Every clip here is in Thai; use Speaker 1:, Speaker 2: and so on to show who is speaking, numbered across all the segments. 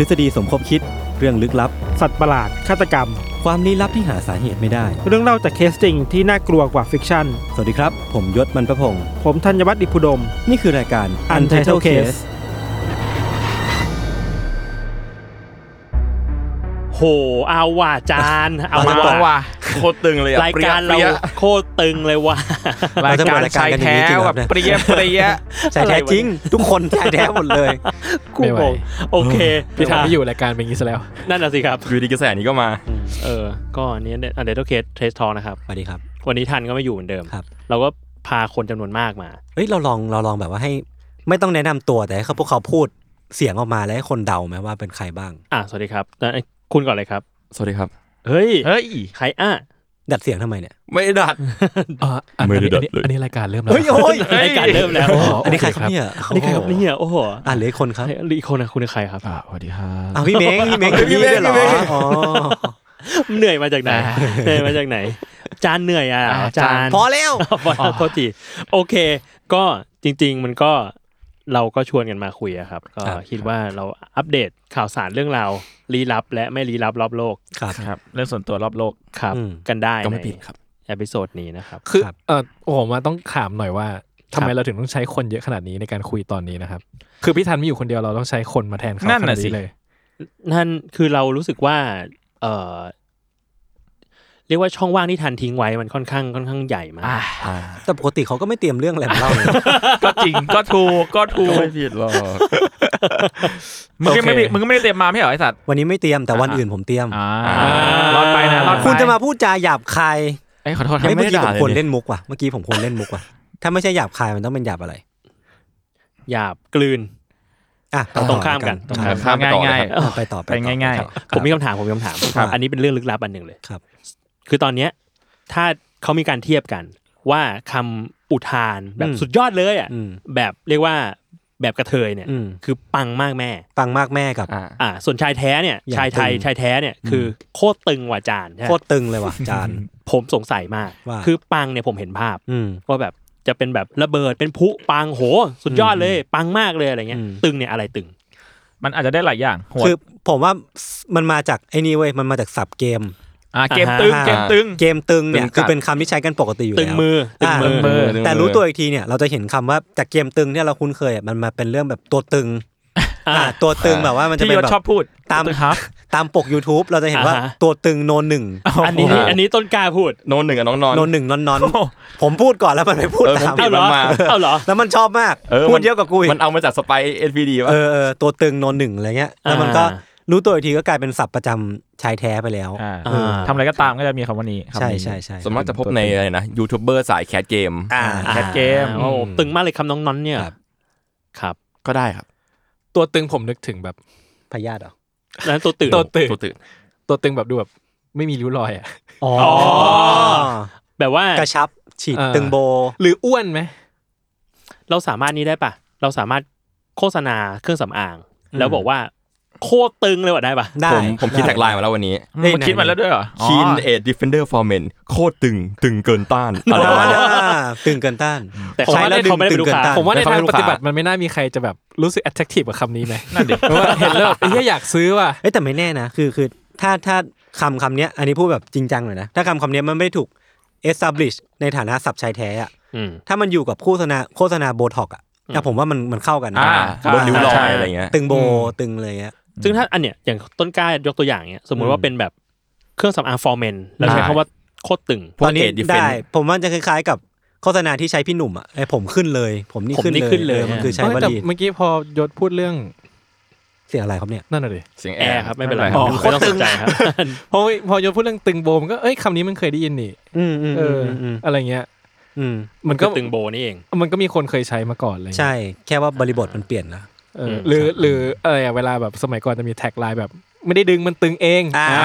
Speaker 1: ทฤษฎีสมคบคิด เรื่องลึกลับ
Speaker 2: สัตว์ประหลาด ฆาตกรรม
Speaker 1: ความลี้ลับที่หาสาเหตุไม่ได้
Speaker 2: เรื่องเล่าจากเคสจริงที่น่ากลัวกว่าฟิกชั่น
Speaker 1: สวัสดีครับ ผมยศมันประพงศ์
Speaker 2: ผมธัญวัฒน์อิพุดม
Speaker 1: นี่คือรายการ Untitled Case
Speaker 3: โห เอาว่ะจาน เอา
Speaker 4: มาต่อ
Speaker 3: ว่ะ
Speaker 4: ว่ะโคตรตึงเลยอะ
Speaker 3: รายการเรา
Speaker 4: ปยะ
Speaker 3: โคตรตึงเลย ว่ะ
Speaker 4: ป
Speaker 1: เรา
Speaker 4: ราย
Speaker 1: จะ
Speaker 4: การ
Speaker 1: เปิดรายการ
Speaker 4: ชาย
Speaker 1: กันอย่าง
Speaker 4: แท้
Speaker 1: นี้จริงเหรอ
Speaker 4: แบบ
Speaker 1: เนี่ย
Speaker 4: เปรี้ยเปรี้ย
Speaker 1: ชายแท้จริง ทุกคนชายแท้หมดเลย
Speaker 3: กูงงโอเค
Speaker 5: พี่
Speaker 3: ถ
Speaker 5: ถามไม่อยู่รายการเป็นอย่างนี้ซะแล้ว
Speaker 3: นั่นน่ะสิครับ
Speaker 4: อยู่ดีกระแสนี้ก็มา
Speaker 3: เออ ก็อันนี้อันเดอร์เคสเทสทอนะครับ
Speaker 1: สวัสดีครับ
Speaker 3: วันนี้ทันก็ไม่อยู่เหมือนเดิม
Speaker 1: ครับ
Speaker 3: เราก็พาคนจำนวนมากมา
Speaker 1: เอ้ยเราลองเราลองแบบว่าให้ ไม่ต้องแนะนำตัวแต่ให้เขาพวกเขาพูดเสียงออกมาแล้วให้คนเดาไหมว่าเป็นใครบ้าง
Speaker 3: อ่ะ สวัสดีครับแต่คุณก่อนเลยครับ
Speaker 4: สวัสดีครับ
Speaker 3: เฮ้ย
Speaker 4: เฮ้ย
Speaker 3: ใครอ่ะ
Speaker 1: ดัดเสียงทำไมเนี่ย
Speaker 4: ไม่ดัด
Speaker 5: ไม่ได้ดัด
Speaker 4: เลย
Speaker 5: อันนี้รายการเริ่มแล้ว
Speaker 1: เฮ้ยโอ้ย
Speaker 4: เฮ้ย
Speaker 3: รายการเริ่มแล้ว
Speaker 1: อันนี้ใครครับเนี่ย
Speaker 3: อันนี้ใครครับเนี่ยโอ้โห
Speaker 1: อ่ะเหลืออกคนครับ
Speaker 3: ใครอีกคนนะคุณคือใครครับ
Speaker 5: อ่าสวัสดีครับ
Speaker 1: อ่ะพี่เม้งพี่เม้งอยู่นี่ด้วยเหรออ๋อ
Speaker 3: เหนื่อยมาจากไหน เหนื่อยมาจากไหน จานเหนื่อยอ่ะ
Speaker 5: อ่า
Speaker 3: จาน
Speaker 1: พอแล้ว
Speaker 3: พอโทษทีโอเค ก็จริง ๆ มันก็เราก็ชวนกันมาคุยอะครับ ก็
Speaker 1: ครับ
Speaker 3: คิดว่าเราอัปเดตข่าวสารเรื่องราวลี้ลับ และไม่ลี้ลับรอบโลก
Speaker 1: ครับ
Speaker 4: ครับเรื่องส่วนตัวรอบโลก
Speaker 3: ครับ
Speaker 1: อืม
Speaker 3: กันได้
Speaker 4: ก็
Speaker 3: ใน
Speaker 4: ไม่ผิดครับ
Speaker 3: เอพิโซดนี้นะครับ
Speaker 5: คือ
Speaker 1: ครับ
Speaker 5: เออผมมาต้องถามหน่อยว่าทำไมเราถึงต้องใช้คนเยอะขนาดนี้ในการคุยตอนนี้นะครับ คือพี่ทันไม่อยู่คนเดียวเราต้องใช้คนมาแทนเขา
Speaker 4: นั่น
Speaker 5: ขนา
Speaker 4: น่ะ
Speaker 5: ด
Speaker 4: สิ
Speaker 5: นี้เลย
Speaker 3: นั่นคือเรารู้สึกว่า เออเรียกว่าช่องว่างที่ทันทิ้งไว้มันค่อนข้างค่อนข้างใหญ่มาก
Speaker 1: แต่ปกติเขาก็ไม่เตรียมเรื่องอะไรมาเล่าเลย
Speaker 4: ก็จริง ก็ถูก ก็ถูก
Speaker 6: ไม่ผิดหรอก
Speaker 4: มึงก็ไม่ได้
Speaker 3: โอเค
Speaker 4: มึงก็ไม่ได้เตรียมมาไม่ใช่เหรอไอสัตว์
Speaker 1: วันนี้ไม่เตรียมแต่วัน
Speaker 4: อ่ะ
Speaker 1: อื่นผมเตรียม
Speaker 4: อ่ารอดไปนะรอดไป
Speaker 1: คุณจะมาพูดจาหยาบคาย
Speaker 6: ไอ้ยขอโทษครับ
Speaker 1: เฮ้ย
Speaker 6: ไม่
Speaker 1: เมื่อ
Speaker 6: ได้
Speaker 1: กี้
Speaker 6: ด่าเล
Speaker 1: ผมควร
Speaker 6: ย
Speaker 1: เล่นมุกว่ะเมื่อกี้ผมควรเล่นมุกว่ะถ้าไม่ใช่หยาบคายมันต้องเป็นหยาบอะไร
Speaker 3: หยาบกลืน
Speaker 1: อ่ะไป
Speaker 3: ต
Speaker 1: ต่
Speaker 3: ร
Speaker 1: อง
Speaker 3: ข้ามกัน
Speaker 1: แล้ว
Speaker 4: ค
Speaker 1: ค
Speaker 4: รั
Speaker 1: รั
Speaker 4: บบ ข้ามไปต่อเลย
Speaker 6: ง่าย
Speaker 4: ครับ
Speaker 1: อ่ะไปต่อ
Speaker 4: ไปง่ายๆ
Speaker 1: ครับ
Speaker 3: ผมมีคำถามผมมีคำถาม
Speaker 1: ครับ
Speaker 3: อันนี้เป็นเรื่องลึกลับอันหนึ่งเลย
Speaker 1: ครับ
Speaker 3: คือตอนเนี้ยถ้าเขามีการเทียบกันว่าคำอุทานแบบ
Speaker 1: อืม
Speaker 3: สุดยอดเลยอ่ะ
Speaker 1: อืม
Speaker 3: แบบเรียกว่าแบบกระเทยเนี่ย
Speaker 1: อืม
Speaker 3: คือปังมากแม่
Speaker 1: ปังมากแม่กับ
Speaker 6: อ่า
Speaker 3: อ่า ส่วนชายแท้เนี่ย
Speaker 1: อย่าง
Speaker 3: ชายไทย
Speaker 1: ตึง
Speaker 3: ชายแท้เนี่ยคือโคตรตึงกว่าจานใช่ไหม
Speaker 1: โคตรตึงเลยว่ะจาน
Speaker 3: ผมสงสัยมาก
Speaker 1: ว่า
Speaker 3: คือปังเนี่ยผมเห็นภาพ
Speaker 1: อืม
Speaker 3: ว่าแบบจะเป็นแบบระเบิดเป็นพุปังโห สุดยอดเลย ปังมากเลยอะไรเงี้ย
Speaker 1: อืม
Speaker 3: ตึงเนี่ยอะไรตึง
Speaker 4: มันอาจจะได้หลายอย่างหัว
Speaker 1: คือผมว่ามันมาจากไอ้นี่เว้ยมันมาจากสับเกม
Speaker 4: อ่าเกมตึง
Speaker 1: อ่า
Speaker 4: เกมตึง
Speaker 1: เกมตึงเนี่ย
Speaker 6: ตึงกัด
Speaker 1: คือเป็นคำที่ใช้กันปกติอยู่
Speaker 3: ตึง
Speaker 1: แล้ว
Speaker 3: มือตึง
Speaker 1: ะ
Speaker 3: มือ
Speaker 4: ตึงมือ
Speaker 1: แต่รู้ตัวอีกทีเนี่ยเราจะเห็นคำว่าจากเกมตึงเนี่ยเราคุ้นเคยอ่ะมันมาเป็นเรื่องแบบตัวตึง
Speaker 3: อ่า
Speaker 1: อ่ะตัวตึงแบบว่ามันจะ
Speaker 4: ที่
Speaker 1: เป็น
Speaker 4: ยศ
Speaker 1: แบบ
Speaker 4: ชอบพูด
Speaker 1: ตาม
Speaker 4: ตึงครับ
Speaker 1: ตามปก YouTube เราจะเห็นว่า
Speaker 3: อ่าฮะ
Speaker 1: ตัวตึงโนนหนึ่ง
Speaker 3: อันนี้อันนี้ต้นกล้าพูด
Speaker 6: โนนหนึ่งกับน้องนอน
Speaker 1: โนนหนึ่งนอนนอน
Speaker 4: โอ้โห
Speaker 1: ผมพูดก่อนแล้วมันไม่พูด
Speaker 6: เออผม
Speaker 1: ตาม
Speaker 6: ผิ
Speaker 3: เอา
Speaker 6: ดมัน
Speaker 3: เหรอ
Speaker 6: มา
Speaker 3: เอาเหรอ
Speaker 1: แล้วมันชอบมาก
Speaker 6: เออ
Speaker 1: พู
Speaker 6: มั
Speaker 1: ด
Speaker 6: น
Speaker 1: เยอะกว่ากูอีก
Speaker 6: มัน เอามาจากสไปเอ็นพีดี
Speaker 1: เอ
Speaker 6: ป่ะ
Speaker 1: อเออตัวตึงโนนหนึ่งอะไรเงี้ยแล้วมันก็
Speaker 3: อ่า
Speaker 1: รู้ตัวอีกทีก็กลายเป็นศัพท์ประจำชายแท้ไปแล้ว
Speaker 4: อ่า
Speaker 3: อ่า
Speaker 4: ทำอะไรก็ตามก็จะมีคำว่านี้คำนี้
Speaker 1: ใช่ใช่ใช่
Speaker 6: สวนมากจะพบในอะไรนะยูทูบเบอร์สายแคสเกม
Speaker 1: อ่า
Speaker 4: แคทเกม
Speaker 3: อ่าโอ้โหตึงมากเลยคำน้องนอนเนี่ย
Speaker 1: ครับ
Speaker 3: ครับ
Speaker 6: ก็ได้ครับ
Speaker 5: ตัวตึงผมนึกถึงแบบ
Speaker 1: พยาธิเหรอ
Speaker 3: แล้วตัวตื่น
Speaker 5: ตัวตึง
Speaker 6: ตัวตื่น
Speaker 5: ตัวตึงแบบดูแบบไม่มีริ้วรอยอ่ะ
Speaker 1: อ๋อ
Speaker 3: แบบว่าก
Speaker 1: ระชับฉีด
Speaker 5: เออ
Speaker 1: ตึงโบ
Speaker 5: หรืออ้วนไหม
Speaker 3: เราสามารถนี้ได้ปะเราสามารถโฆษณาเครื่องสำอาง
Speaker 1: อืม
Speaker 3: แล้วบอกว่าโคตรตึงเลยว่ะได้ปะ
Speaker 1: ได้
Speaker 6: ผมผมคิด
Speaker 1: ไ
Speaker 6: แท็กไลน์มาแล้ววันนี้
Speaker 1: เอ้ย
Speaker 4: มันคิดมาแล้วด้วยเหรออ๋อ
Speaker 6: คีนเอ็ดดิฟเฟนเดอร์ฟอร์เมนโคตรตึง ตึงเกินต้านอะไรประมาณเนี้ย
Speaker 1: อ่าตึงเกินต้าน
Speaker 3: แต่เขา
Speaker 1: ใช้
Speaker 3: ไม่
Speaker 1: แล้ว
Speaker 3: ได้
Speaker 1: ดึง
Speaker 3: เขาไม่ได้
Speaker 1: ตึง
Speaker 3: เป็นลูก
Speaker 1: เกิน
Speaker 3: ค้า
Speaker 1: ต้าน
Speaker 5: ผมว่าใน
Speaker 6: แต่เขา
Speaker 5: ทาง
Speaker 6: เป็นลูก
Speaker 5: ป
Speaker 6: ค้า
Speaker 5: ฏิบัติมันไม่น่ามีใครจะแบบรู้สึก attractive กับคำนี้ไหมนั่นดิเพราะว่าเห็นแล้วแบบเฮ้ยอยากซื้อว่ะ
Speaker 1: เอ้ยแต่ไม่แน่นะคือคือถ้าถ้าคำคำเนี้ยอันนี้พูดแบบจริงจังหน่อยนะถ้าคำคำเนี้ยมันไม่ได้ถูก establish ในฐานะสับชายแท้อะ
Speaker 3: อืม
Speaker 1: ถ้ามันอยู่กับโฆษณาโฆษณาโบท็อกอะ
Speaker 3: อืม
Speaker 1: แต่ผมว่ามันมันเข้ากันนะ
Speaker 4: อ่า
Speaker 6: บนนิ้วรอ
Speaker 4: ใช่
Speaker 6: ยอะไรเงี้ย
Speaker 1: ตึงโบตึงเลยอะ
Speaker 3: ซึ่งถ้าอันเนี้ยอย่างต้นกล้ายกตัวอย่างเนี้ยสมมุติว่าเป็นแบบเครื่องสำอางฟอร์เมนแล้วใช้
Speaker 6: ได้
Speaker 3: คำว่าโคตรตึง
Speaker 6: พวก
Speaker 1: ตอนนี้
Speaker 6: Age Defense
Speaker 1: ได้ผมว่าจะคล้ายๆกับโฆษณาที่ใช้พี่หนุ่มอะไอผมขึ้นเลย ผมนี่
Speaker 3: ผม
Speaker 1: ขึ้น
Speaker 3: นี่
Speaker 1: เลย
Speaker 3: ขึ้นเลย
Speaker 1: ออมันคือใช้
Speaker 5: เอ้ยว แต่
Speaker 1: ลี
Speaker 5: เมื่อกี้พอยศพูดเรื่อง
Speaker 1: เสียงอะไรครับเนี่ย
Speaker 5: นั่นน่ะดิ
Speaker 6: เสียงแอ
Speaker 3: แอ
Speaker 6: ร์
Speaker 3: ร์ครับไม่เป็นไร
Speaker 6: อ๋อ
Speaker 3: ไม่ต้องสนใจครับ
Speaker 5: พอพอยศพูดเรื่องตึงโบมันก็เอ้ยคำนี้มันเคยได้ยินนี่
Speaker 1: อืมอืม
Speaker 5: เอ
Speaker 1: อื
Speaker 5: อ
Speaker 1: ม
Speaker 5: อ
Speaker 1: อืม
Speaker 5: อะไรเงี้ย
Speaker 1: อืม
Speaker 5: มันก็
Speaker 3: ตึงโบนี่เอง
Speaker 5: มันก็มีคนเคยใช้มาก่อนอะไรเลย
Speaker 1: ใช่ แค่ว่าบริบทมันเปลี่ยนนะ
Speaker 5: เอออ
Speaker 3: ม
Speaker 5: หรือหรืออะไรอะเวลาแบบสมัยก่อนจะมีแท็กไลน์แบบ ไม่ได้ดึงมันตึงเอง
Speaker 1: อ่า
Speaker 3: อ่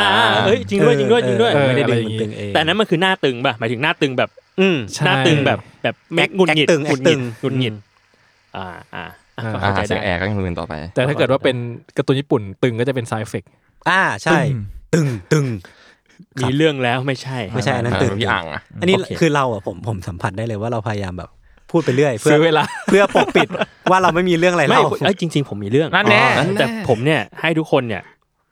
Speaker 3: าเอ้ยจริงด้วยจริงด้วยจริงด้วย
Speaker 5: เออ
Speaker 1: ไม่ได้ดึง
Speaker 5: ะรย่าง
Speaker 1: มัน
Speaker 5: งี้
Speaker 1: ตึงเอง
Speaker 3: แต่อันนั้นมันคือหน้าตึงป่ะหมายถึงหน้าตึงแบบ
Speaker 1: อืม
Speaker 5: ใช่
Speaker 3: หน้าตึงแบบแบบไม่
Speaker 1: แอค
Speaker 3: หงุดหงิด
Speaker 1: แอคตึง
Speaker 3: หงุด
Speaker 1: แอคตึง
Speaker 3: หงิดหงุดหงิดอ่าอ่าอ่ะก็
Speaker 6: อ่า
Speaker 3: เข้าใจ
Speaker 6: เสียงแอร์
Speaker 3: ได้
Speaker 6: ก็ยังเป็นต่อไป
Speaker 5: แต่ถ้าเกิดว่าเป็นการ์ตูนญี่ปุ่นตึงก็จะเป็นไซเฟก
Speaker 1: อ่าใช่ ตึงตึง
Speaker 3: มีเรื่องแล้วไม่ใช่
Speaker 1: ไม่ใช่อันนั้นตื่น
Speaker 6: พี่อ่างอะ
Speaker 1: อันนี้คือเราอ่ะผมผมสัมผัสได้เลยว่าเราพยายามแบบ พูดไปเรื่อย เพื่
Speaker 5: ซื้
Speaker 1: อ
Speaker 5: อเวลา
Speaker 1: เพื่อปกปิดว่าเราไม่มีเรื่องอะไร
Speaker 3: ไม่
Speaker 1: เล่า
Speaker 3: เอ้ยจริง ๆ ผมมีเรื่อง
Speaker 4: นั่นแน่
Speaker 3: อ๋อแต่ผมเนี่ยให้ทุกคนเนี่ย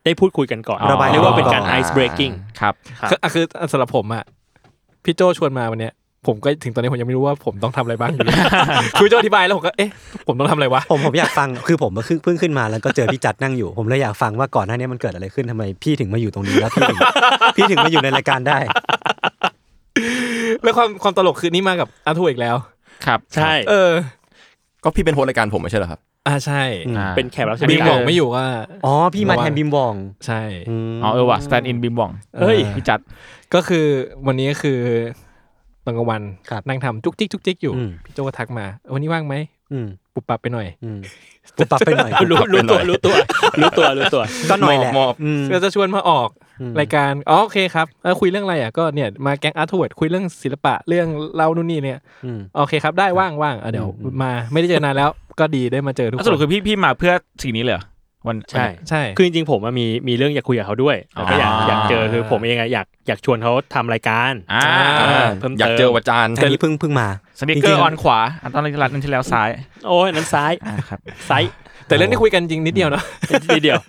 Speaker 3: ได้พูดคุยกันก่อน
Speaker 1: ระบาย
Speaker 3: เรียกว่าเป็นการ
Speaker 6: อ๋อ
Speaker 3: ice breaking
Speaker 4: ครับ
Speaker 5: คืออ่ะคือสำหรับผมอ่ะพี่โจชวนมาวันเนี้ยผมก็ถึงตอนนี้ผมยังไม่รู้ว่าผมต้องทำอะไรบ้างอยู่ คือโจอธิบายแล้วผมก็เอ๊ะผมต้องทำอะไรวะ
Speaker 1: ผมผมอยากฟังคือผมเพิ่งเพิ่งขึ้นมาแล้วก็เจอพี่จัดนั่งอยู่ ผมเลยอยากฟังว่าก่อนหน้านี้มันเกิดอะไรขึ้นทำไมพี่ถึงมาอยู่ตรงนี้แล้วพี่ถึง พี่ถึงมาอยู่ในรายการได้
Speaker 5: แล้วความความตลกคือนี่มากับอาทูอีกแล้ว
Speaker 4: ครับ
Speaker 3: ใช่
Speaker 5: เออ
Speaker 6: ก็พี่เป็นโฮสต์รายการผมไม่ใช่เหรอครับ
Speaker 5: อ่าใช่
Speaker 1: อืม
Speaker 4: อ่า
Speaker 3: เป็นแขกรับเชิญ
Speaker 5: บีม
Speaker 3: ที่
Speaker 5: บอกไม่อยู่ก็
Speaker 1: อ๋อพี่มาแทนบิมวอง
Speaker 5: ใช่
Speaker 1: ม
Speaker 4: อ๋อเออว่ะสแตนด์อินบิมบองเฮ้ยพี่จัด
Speaker 5: ก็คือวันนี้ก็คือตอนกลางวัน
Speaker 1: ครับ
Speaker 5: นั่งทำจุกจิกจุกจิกอยู่
Speaker 1: อืม
Speaker 5: พี่โจก็ทักมาเออวันนี้ว่างไหม
Speaker 1: อืม
Speaker 5: ปุบปับไปหน่อย
Speaker 1: อืมปุบปับไปหน่อย
Speaker 3: รู้รู้ตัวรู้ตัวรู้ตัวรู้ตัว
Speaker 1: ก็หน่อยแหละ
Speaker 6: หมอบ
Speaker 1: อืม
Speaker 5: เราจะชวนมาออก
Speaker 1: อืม
Speaker 5: รายการอ๋อโอเคครับเออคุยเรื่องอะไรอ่ะก็เนี่ยมาแก๊งอาร์ทเวิร์ดคุยเรื่องศิลปะเรื่องเล่านู่นนี่เนี่ย
Speaker 1: อืม
Speaker 5: โอเคครับ ได้ว่างว่างอ่ะเดี๋ยว
Speaker 1: อืม
Speaker 5: มาไม่ได้เจอนานแล้วก็ดีได้มาเจอทุกค
Speaker 4: สรุป
Speaker 5: น
Speaker 4: คือพี่พี่มาเพื่อสิ่งนี้เลยเหรอวัน
Speaker 3: ใช่
Speaker 5: ใช่
Speaker 3: คือจริงๆผมอะมีมีเรื่องอยากคุยกับเขาด้วยแล้วก็อยาก
Speaker 6: อ๋อ
Speaker 3: อ
Speaker 6: อ
Speaker 3: ยากเจอคือผมเองอะอยากอยากชวนเขาทำรายการ
Speaker 4: อ่า
Speaker 3: อ่า เพิ่มเติม
Speaker 6: อยากเจอวาจารย์
Speaker 1: อันนี้เพิ่งเพิ่งมา
Speaker 4: สนิ
Speaker 1: จริ
Speaker 4: เกอง ร์
Speaker 1: ๆ
Speaker 4: ออนขวา อันตอนรันนั้นที่แล้วซ้าย
Speaker 3: โอ้ยนั้นซ้าย
Speaker 4: อ่าครับ
Speaker 3: ซ้าย
Speaker 5: แต่เรื่องที่คุยกันจริงนิดเดียวเนาะ
Speaker 3: นิดเดียว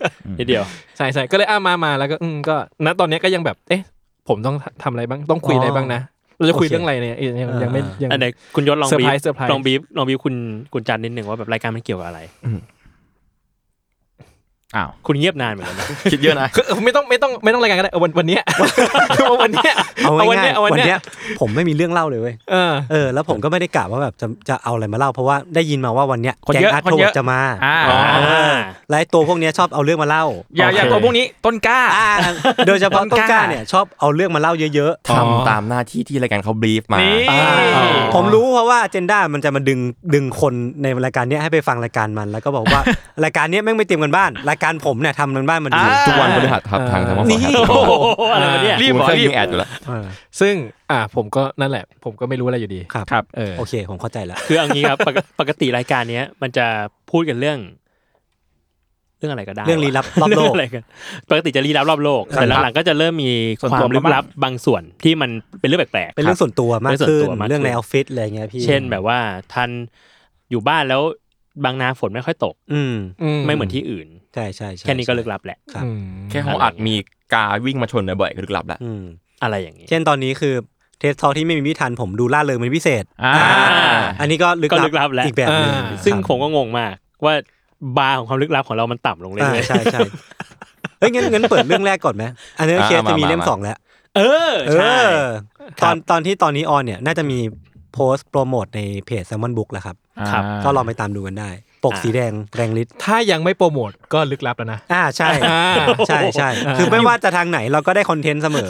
Speaker 3: นิดเดียว
Speaker 5: ใช่ใช่ก็เลยอ้ามามาแล้วก็อืมก็ณตอนเนี้ยก็ยังแบบเอ๊ะผมต้องทำอะไรบ้างต้องคุยอะไรบ้างนะเราจะคุย
Speaker 1: โอเค
Speaker 5: เรื่องอะไรเนี่ยยังยัง
Speaker 1: อ่ายั
Speaker 5: ยังไม่ยัง
Speaker 3: อันไหนคุณยศลองบีฟ
Speaker 5: Surprise Surprise
Speaker 3: ลองบีฟลองบีฟคุณคุณจันนิดหนึ่งว่าแบบรายการมันเกี่ยวกับอะไร
Speaker 4: อ้าว
Speaker 3: คุณเงียบนานเหมือนกันนะ
Speaker 6: คิดเยอะนะ
Speaker 5: คือเออไม่ต้องไม่ต้องไม่ต้องรายการก็ได้เอาวันวันเนี้ย เอาวันเนี้ย
Speaker 1: เอา
Speaker 5: วัน
Speaker 1: ง่าย
Speaker 5: เนี้
Speaker 1: ๆ
Speaker 5: ยเอา
Speaker 1: วั
Speaker 5: วัน
Speaker 1: น
Speaker 5: เนี้
Speaker 1: เนี้
Speaker 5: ย
Speaker 1: ยผมไม่มีเรื่องเล่าเลยเว้ย
Speaker 5: เออ
Speaker 1: เออแล้วผมก็ไม่ได้กะว่าแบบจะจะเอาอะไรมาเล่า เพราะว่าได้ยินมาว่าวันเนี้ย
Speaker 4: คน
Speaker 1: แก๊ง
Speaker 4: เยอะ
Speaker 1: อาร์ต
Speaker 4: คน
Speaker 1: โท
Speaker 4: เยอะ
Speaker 1: จะมา
Speaker 4: อ่า
Speaker 1: เและไอ้ตัวพวกเนี้ยชอบเอาเรื่องมาเล่า
Speaker 4: อย่าอย่า
Speaker 3: โอเค
Speaker 4: ตัวพวกนี้ต้นกล้า
Speaker 1: อ่าโดยเฉพาะ
Speaker 4: ต้
Speaker 1: ต้
Speaker 4: น
Speaker 1: น
Speaker 4: ก
Speaker 1: ก
Speaker 4: ล้า
Speaker 1: ล้าเนี่ยชอบเอาเรื่องมาเล่าเยอะ
Speaker 6: ทำตามหน้าที่ที่รายการเขาบรีฟมา
Speaker 4: นี่
Speaker 1: ๆ ผมรู้เพราะว่าเจนด้ามันจะมาดึงดึงคนในรายการเนี้ยให้ไปฟังรายการมัน แล้วก็บอกว่า รายการเนี้ยแม่งไม่เตรียมกันบ้าน รายการผมเนี่ยทำกันบ้านมันดี
Speaker 6: ทุกวันพฤหัสครับทางทางว่า
Speaker 1: นี่
Speaker 3: โอ้โหอะไรวะเนี่ย
Speaker 6: รีบเคยยิงแอดอยู่แล้ว
Speaker 1: เออ
Speaker 5: ซึ่งอ่าผมก็นั่นแหละ ผมก็ไม่รู้อะไรอยู่ดี
Speaker 1: ครับ
Speaker 5: เออ
Speaker 1: โอเคผมเข้าใจแล้ว
Speaker 3: คือเอางี้ครับปกปกติรายการเนี้ย มันจะพูดกันเรื่อง เรื่องอะไรก็ได้
Speaker 1: เรื่องลี้ลับ รอบโลก
Speaker 3: เงะไรกันปกติจะลี้ลับรอบโลกแต่หลังๆก็จะเริ่มมีความลึกลับบางส่วนที่มันเป็นเรื่องแปลกๆ
Speaker 1: เป็นเรื่องส่วนตัวมาก
Speaker 3: เรื่องส่
Speaker 1: ขึ้น
Speaker 3: วนตัวมากขึ้น
Speaker 1: เรื่องในออฟฟิศอะไรเงี้ยพี่
Speaker 3: เช่นแบบว่าท่านอยู่บ้านแล้วบางนาฝนไม่ค่อยตก
Speaker 1: อืม
Speaker 3: ไม่เหมือนที่อื่น
Speaker 1: ใช่ใช่ใช่
Speaker 3: แค่นี้ก็ลึกลับแหละ
Speaker 1: ครับ
Speaker 5: อืม
Speaker 6: แค่ห้องอัดมีกาวิ่งมาชนบ่อยๆก็ลึกลับแล้ว
Speaker 1: อืม
Speaker 3: อะไรอย่างนี้
Speaker 1: เช่นตอนนี้คือเทสทอที่ไม่มีพิธันผมดูล่าเริงเป็นพิเศษ
Speaker 4: อ่า
Speaker 1: อันนี้ก็ลึ
Speaker 3: ก็ลึกลับแล้ว
Speaker 1: อีกแบบหนึง
Speaker 5: อ่า
Speaker 3: ซึ่ง
Speaker 1: ครับ
Speaker 3: ผมก็งงมากว่าบาร์ของความลึกลับของเรามันต่ำลงเรื่
Speaker 1: อ่า
Speaker 3: อย
Speaker 1: ใช่ใช่เอ้ยงั้นงั้นเปิดเรื่องแรกก่อนไหมอันนี้
Speaker 6: อ่า
Speaker 1: เคสจะมี
Speaker 6: มามา
Speaker 1: เล่ม
Speaker 6: มา
Speaker 1: สองแล้ว
Speaker 3: ๆเออ
Speaker 1: เอ
Speaker 3: ใช่
Speaker 1: อตอนตอนที่ตอนนี้ออนเนี่ยน่าจะมีโพสต์โปรโมทในเพจแซมมอนบุ๊กแล้วครับ
Speaker 3: ครับ
Speaker 1: ก็ลองไปตามดูกันได้ ปกสีแดงแรงฤทธิ์
Speaker 5: ถ้ายังไม่โปรโมทก็ลึกลับแล้วนะ
Speaker 1: อ่าใช่
Speaker 5: อ่า
Speaker 1: ใช่ใช่คือไม่ว่าจะทางไหนเราก็ได้คอนเทนต์เสมอ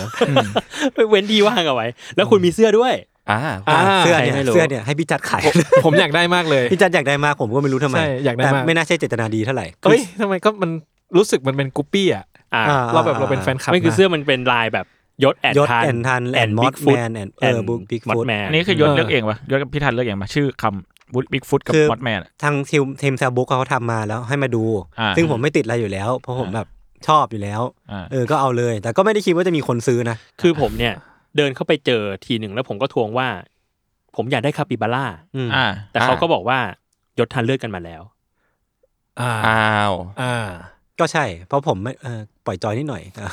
Speaker 3: เว้นที่ว่างเอาไว้ แล้วคุณมีเสื้อด้วย
Speaker 6: อ่า
Speaker 1: อ่า
Speaker 5: อ่า
Speaker 1: เสื้อเนี่ย
Speaker 3: ใครไม่รู้
Speaker 1: เสื้อเนี่ยให้พี่จัดขาย
Speaker 5: ผมอยากได้มากเลย
Speaker 1: พี่จัดอยากได้มากผมก็ไม่รู้ทำไม
Speaker 5: ใช่อยากได้
Speaker 1: แต่
Speaker 5: มาก
Speaker 1: ไม่น่าใช่เจตนาดีเท่าไหร่
Speaker 5: เอ้ยทำไมก็มันรู้สึกมันเป็นกุปปี้อ่ะ
Speaker 3: อ่า
Speaker 1: อ่า
Speaker 5: เราแบบเราเป็นแฟนคลับ
Speaker 3: ไม่คือ
Speaker 5: นะ
Speaker 3: เสื้อมันเป็นลายแบบยศแอน
Speaker 1: ยศ
Speaker 3: ทัน
Speaker 1: แอนทันแอนมอสแมนแอนเออบุ๊กบิ๊ก
Speaker 3: มอ
Speaker 1: ฟุ
Speaker 3: ส
Speaker 1: ต
Speaker 3: แมน
Speaker 4: อันนี้คือยศเลือกเองป่ะยศกับพี่ทันเลือกเองป่ะชื่อคำบุ๊บิ๊กฟุตกับ
Speaker 1: คือ
Speaker 4: มอดแมน
Speaker 1: ทางทีมทีมแซลบุ๊กเขาทำมาแล้วให้มาดู
Speaker 4: อ่า
Speaker 1: ซึ่งผมไม่ติดอะไรอยู่แล้ว เพราะผม
Speaker 4: อ่า
Speaker 1: แบบชอบอยู่แล้ว
Speaker 4: อ่า
Speaker 1: เออก็เอาเลย แต่ก็ไม่ได้คิดว่าจะมีคนซื้อนะ
Speaker 3: คือผมเนี่ย เดินเข้าไปเจอทีหนึ่งแล้วผมก็ทวงว่า ผมอยากได้คาปิบาร่า
Speaker 1: อืม
Speaker 4: อ่า
Speaker 3: แต่เขาก็บอกว่ายศทันเลือกกันมาแล้ว
Speaker 5: อ่า
Speaker 6: อ้าว
Speaker 5: อ่า
Speaker 1: ก็ใช่ เพราะผมไม่เอ่อปล่อยจอยนิดหน่อยอ่ะ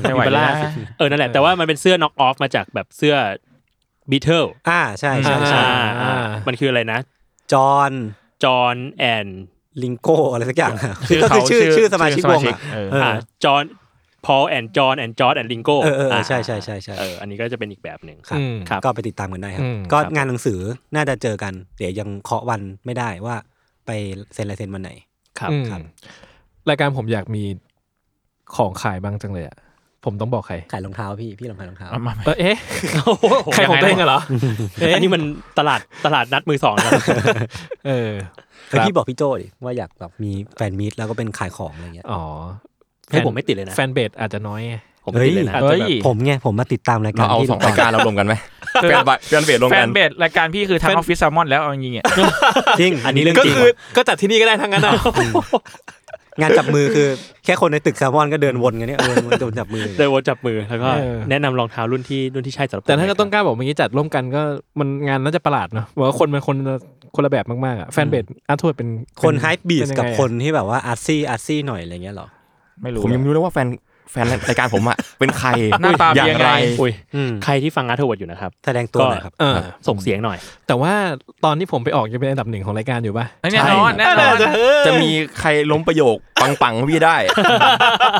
Speaker 4: ไม่ไหว
Speaker 3: เบล
Speaker 4: แล้
Speaker 3: ล่าว เออนั่นแหละแต่ว่ามันเป็นเสื้อน o อกออฟมาจากแบบเสื้อบีเทิล
Speaker 1: อ่าใช่ใช่
Speaker 3: อ่า
Speaker 1: ใช่
Speaker 3: อ่ามันคืออะไรนะ
Speaker 1: จอห์น
Speaker 3: จอห์นแอน
Speaker 1: ลิงโก้อะไรสักอย่างอ่ะ
Speaker 4: ชื่อ
Speaker 1: ก็
Speaker 4: เขา
Speaker 1: คือชื่อชื่อสมาชิกวงอ่ะ
Speaker 4: เออ
Speaker 1: เอออ่
Speaker 3: จอห์นพอลแอนจอห์นแอนจอร์ดแอนลิงโก้
Speaker 1: เออเออเออใช่ใช่ใช่ใช่
Speaker 3: เอออันนี้ก็จะเป็นอีกแบบหนึ่ง
Speaker 1: ครับ
Speaker 5: อืม
Speaker 3: ครับ
Speaker 1: ก็ไปติดตามกันได้ครับ
Speaker 5: อืม
Speaker 1: ก็งานหนังสือน่าจะเจอกัน เดี๋ยวยังเคาะวันไม่ได้ว่าไปเซ็นลายเซ็นวันไหน
Speaker 3: ครับ
Speaker 5: อืม
Speaker 1: ครับ
Speaker 5: รายการผมอยากมีของขายบ้างจังเลยอะผมต้องบอกใคร
Speaker 1: ขายรองเท้าพี่พี่ลองขายรองเท้า
Speaker 4: เอามา
Speaker 5: เออเอ๊ะ
Speaker 3: โอ้โห
Speaker 5: ใครของตัวเองอะเหรอ
Speaker 3: อันนี้มันตลาดตลาดนัดมือสองนะครับ
Speaker 5: เออ
Speaker 1: เฮ้ย
Speaker 5: ครับ
Speaker 1: พี่บอกพี่โจดิว่าอยากแบบมีแฟนมีตแล้วก็เป็นขายของอะไรเงี้ย
Speaker 5: อ๋อ
Speaker 3: เฮ้ยผมไม่ติดเลยนะ
Speaker 5: แฟนเบสอาจจะน้อยไง
Speaker 3: ผมไม่ติดเลยนะ
Speaker 4: เฮ้ย
Speaker 1: ผมไงผมมาติดตามรายกา
Speaker 6: เรา
Speaker 1: ร
Speaker 6: เอา
Speaker 1: พี่
Speaker 6: สองรายการเรารวมกันไหมแฟนบะแฟนเบทรวม
Speaker 4: แฟ
Speaker 6: กัน
Speaker 4: นเบดรายการพี่คือทางออฟฟิศแซลมอนแล้วเอาจริงๆอ่ะ
Speaker 1: จริง อันนี้เรื่อง
Speaker 5: ก็
Speaker 1: จริง
Speaker 5: คือก็จัดที่นี่ก็ได้ทั้งนั้นอ่ะ
Speaker 1: งานจับมือคือแค่คนในตึกแซลมอนก็เดินวนกันเนี่ยเออวนวนจับมือ
Speaker 3: เดินวนจับมือแล้วก็แนะนำรองเท้ารุ่นที่รุ่นที่ใช่สำหรับผม
Speaker 5: แต่ถ้าก็ต้อง
Speaker 3: นะครับ
Speaker 5: กล้าบอกเมื่อกี้จัดร่วมกันก็มันงานน่าจะประหลาดเนอะบอกว่าคนมันคนละคนละแบบมากๆอ่ะแฟนเบสอาร์ทวดเป็น
Speaker 1: คน
Speaker 5: เป็
Speaker 1: ไฮบีส
Speaker 5: เป็ยังไงอะ
Speaker 1: กับคนที่แบบว่าอาร์ซี่อาร์ซี่หน่อยอะไรเงี้ยเหรอ
Speaker 4: ไม่รู้
Speaker 6: ผมยังไม่รู้เลยว่าแฟนแฟนรายการผมอะเป็นใคร
Speaker 4: หน้าตา
Speaker 6: อ
Speaker 4: เป็น
Speaker 6: ย่า
Speaker 4: ยัง ง
Speaker 6: ไร
Speaker 4: ไง
Speaker 3: อุ้ย
Speaker 1: อืม
Speaker 3: ใครที่ฟังอาร์ทเวิร์ดอยู่นะครับ
Speaker 1: แสดงตัวหน่อยครับ
Speaker 5: เออ
Speaker 3: ส่งเสียงหน่อย
Speaker 5: แต่ว่าตอนที่ผมไปออกยังเป็นอันดับหนึ่งของรายการอยู่ป่ะ
Speaker 4: แน่นอนแน่นอน
Speaker 6: จะมีใครล้มประโยคปังๆพี่ได้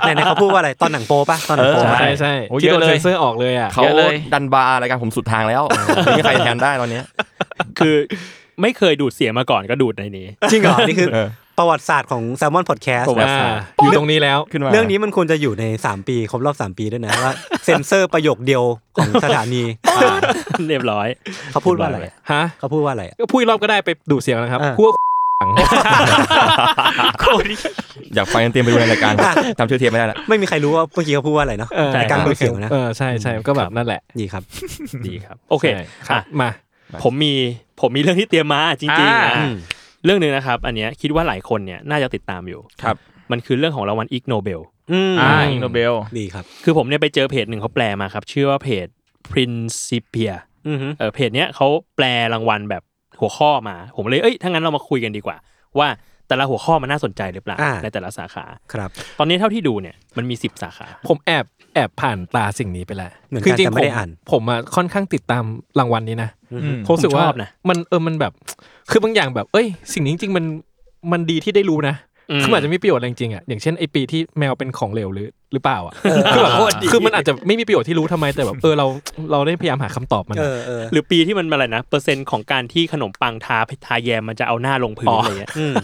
Speaker 1: ไหนๆเขาพูดว่าอะไรตอนหนังโปปะตอนหนังโป
Speaker 6: เออ
Speaker 1: ปะ
Speaker 5: ใช่ใช่
Speaker 4: โอ้ย
Speaker 5: ที่โดน
Speaker 4: เยอะเลย
Speaker 5: เซ็นเซอร์ออกเลยอ่ะ
Speaker 6: เขา
Speaker 4: เยอะเลย
Speaker 6: ดันบาร์รายการผมสุดทางแล้วไม่มีใครแทนได้ตอนเนี้ย
Speaker 3: คือไม่เคยดูดเสียงมาก่อนก็ดูดในนี้
Speaker 1: จริงเหรอ นี่คือประวัติศาสตร์ของแซลมอนพอดแคสต์
Speaker 6: ประวัติ
Speaker 5: อ่าอยู่ตรงนี้แล้ว
Speaker 6: ขึ้นมา
Speaker 1: เรื่องนี้มันควรจะอยู่ใน 3 ปีครบรอบ 3 ปีด้วยนะว่าเซ็นเซอร์ประโยคเดียวของสถานี
Speaker 3: เรียบร้อย
Speaker 1: เขาพูดว่าอะไรอะ
Speaker 5: ฮะ
Speaker 1: เขาพูดว่าอะไรอะ
Speaker 5: ก็พูดอีกรอบก็ได้ไปดูเสียงนะครับ
Speaker 1: อ่า
Speaker 5: พวก
Speaker 6: อยากฟังกันเตรียมไปดูในรายการทำชื่อเทียมไม่ได้ละ
Speaker 1: ไม่มีใครรู้ว่าเมื่อกี้เขาพูดว่าอะไรเนาะ
Speaker 5: เออ
Speaker 3: ใช่
Speaker 1: แต่การดูเสียงนะ
Speaker 5: เออใช่ใช่ก็แบบนั่นแหละ
Speaker 1: ดีครับ
Speaker 3: ดีครับ โอเค
Speaker 5: ใช่ครับ
Speaker 3: อ่ะ
Speaker 5: มา
Speaker 3: ผมมีผมมีเรื่องที่เตรียมมาจริงๆ
Speaker 4: อ่า
Speaker 3: อ่ะเรื่องหนึ่งนะครับ อันเนี้ยคิดว่าหลายคนเนี่ยน่าจะติดตามอยู่
Speaker 6: ครับ
Speaker 3: มันคือเรื่องของรางวัลอิกโนเบล
Speaker 1: อืม
Speaker 4: อ่าอินโนเบล
Speaker 1: ดีครับ
Speaker 3: คือผมเนี่ยไปเจอเพจหนึ่งเขาแปลมาครับ ชื่อว่าเพจ Principia
Speaker 1: อือฮึ
Speaker 3: เออเพจเนี้ยเขาแปลรางวัลแบบหัวข้อมา ผมเลยเอ้ยถ้างั้นเรามาคุยกันดีกว่า ว่าแต่ละหัวข้อมันน่าสนใจหรือเปล่า
Speaker 1: อ่า
Speaker 3: ในแต่ละสาขา
Speaker 1: ครับ
Speaker 3: ตอนนี้เท่าที่ดูเนี่ยมันมีสิบสาขา
Speaker 5: ผมแอบแอบผ่านตาสิ่งนี้ไปแล้ว
Speaker 1: เหมือนกัน
Speaker 5: จริง
Speaker 1: แต่
Speaker 5: ๆ
Speaker 1: ไม่ได้
Speaker 5: ผม
Speaker 1: อ่าน
Speaker 5: ผมอ่ะค่อนข้างติดตามรางวัลนี้นะ
Speaker 4: อืม
Speaker 5: ผมรู้สึก
Speaker 3: ผ
Speaker 5: ว่า
Speaker 3: มชอบนะ
Speaker 5: มันเออมันแบบ คือบางอย่างแบบ เอ้ย สิ่งนี้จริงๆมันมันดีที่ได้รู้นะ
Speaker 3: อืม
Speaker 5: คือมันอาจจะมีประโยชน์อะไรจริงๆอ่ะอย่างเช่นไอปีที่แมวเป็นของเหลวหรือหรือเปล่าอ่ะคือแบบคือมันอาจจะไม่มีประโยชน์ที่รู้ทำไมแต่แบบเออเราเราได้พยายามหาคำตอบมัน
Speaker 1: เอ
Speaker 5: อะ
Speaker 1: อเออ
Speaker 3: หรือปีที่มันอะไรนะ เปอร์เซ็นต์ของการที่ขนมปังทาทาแยมมันจะเอาหน้าลงพื้น
Speaker 5: อ๋ออ
Speaker 3: อะไรเงี้ย
Speaker 1: อืม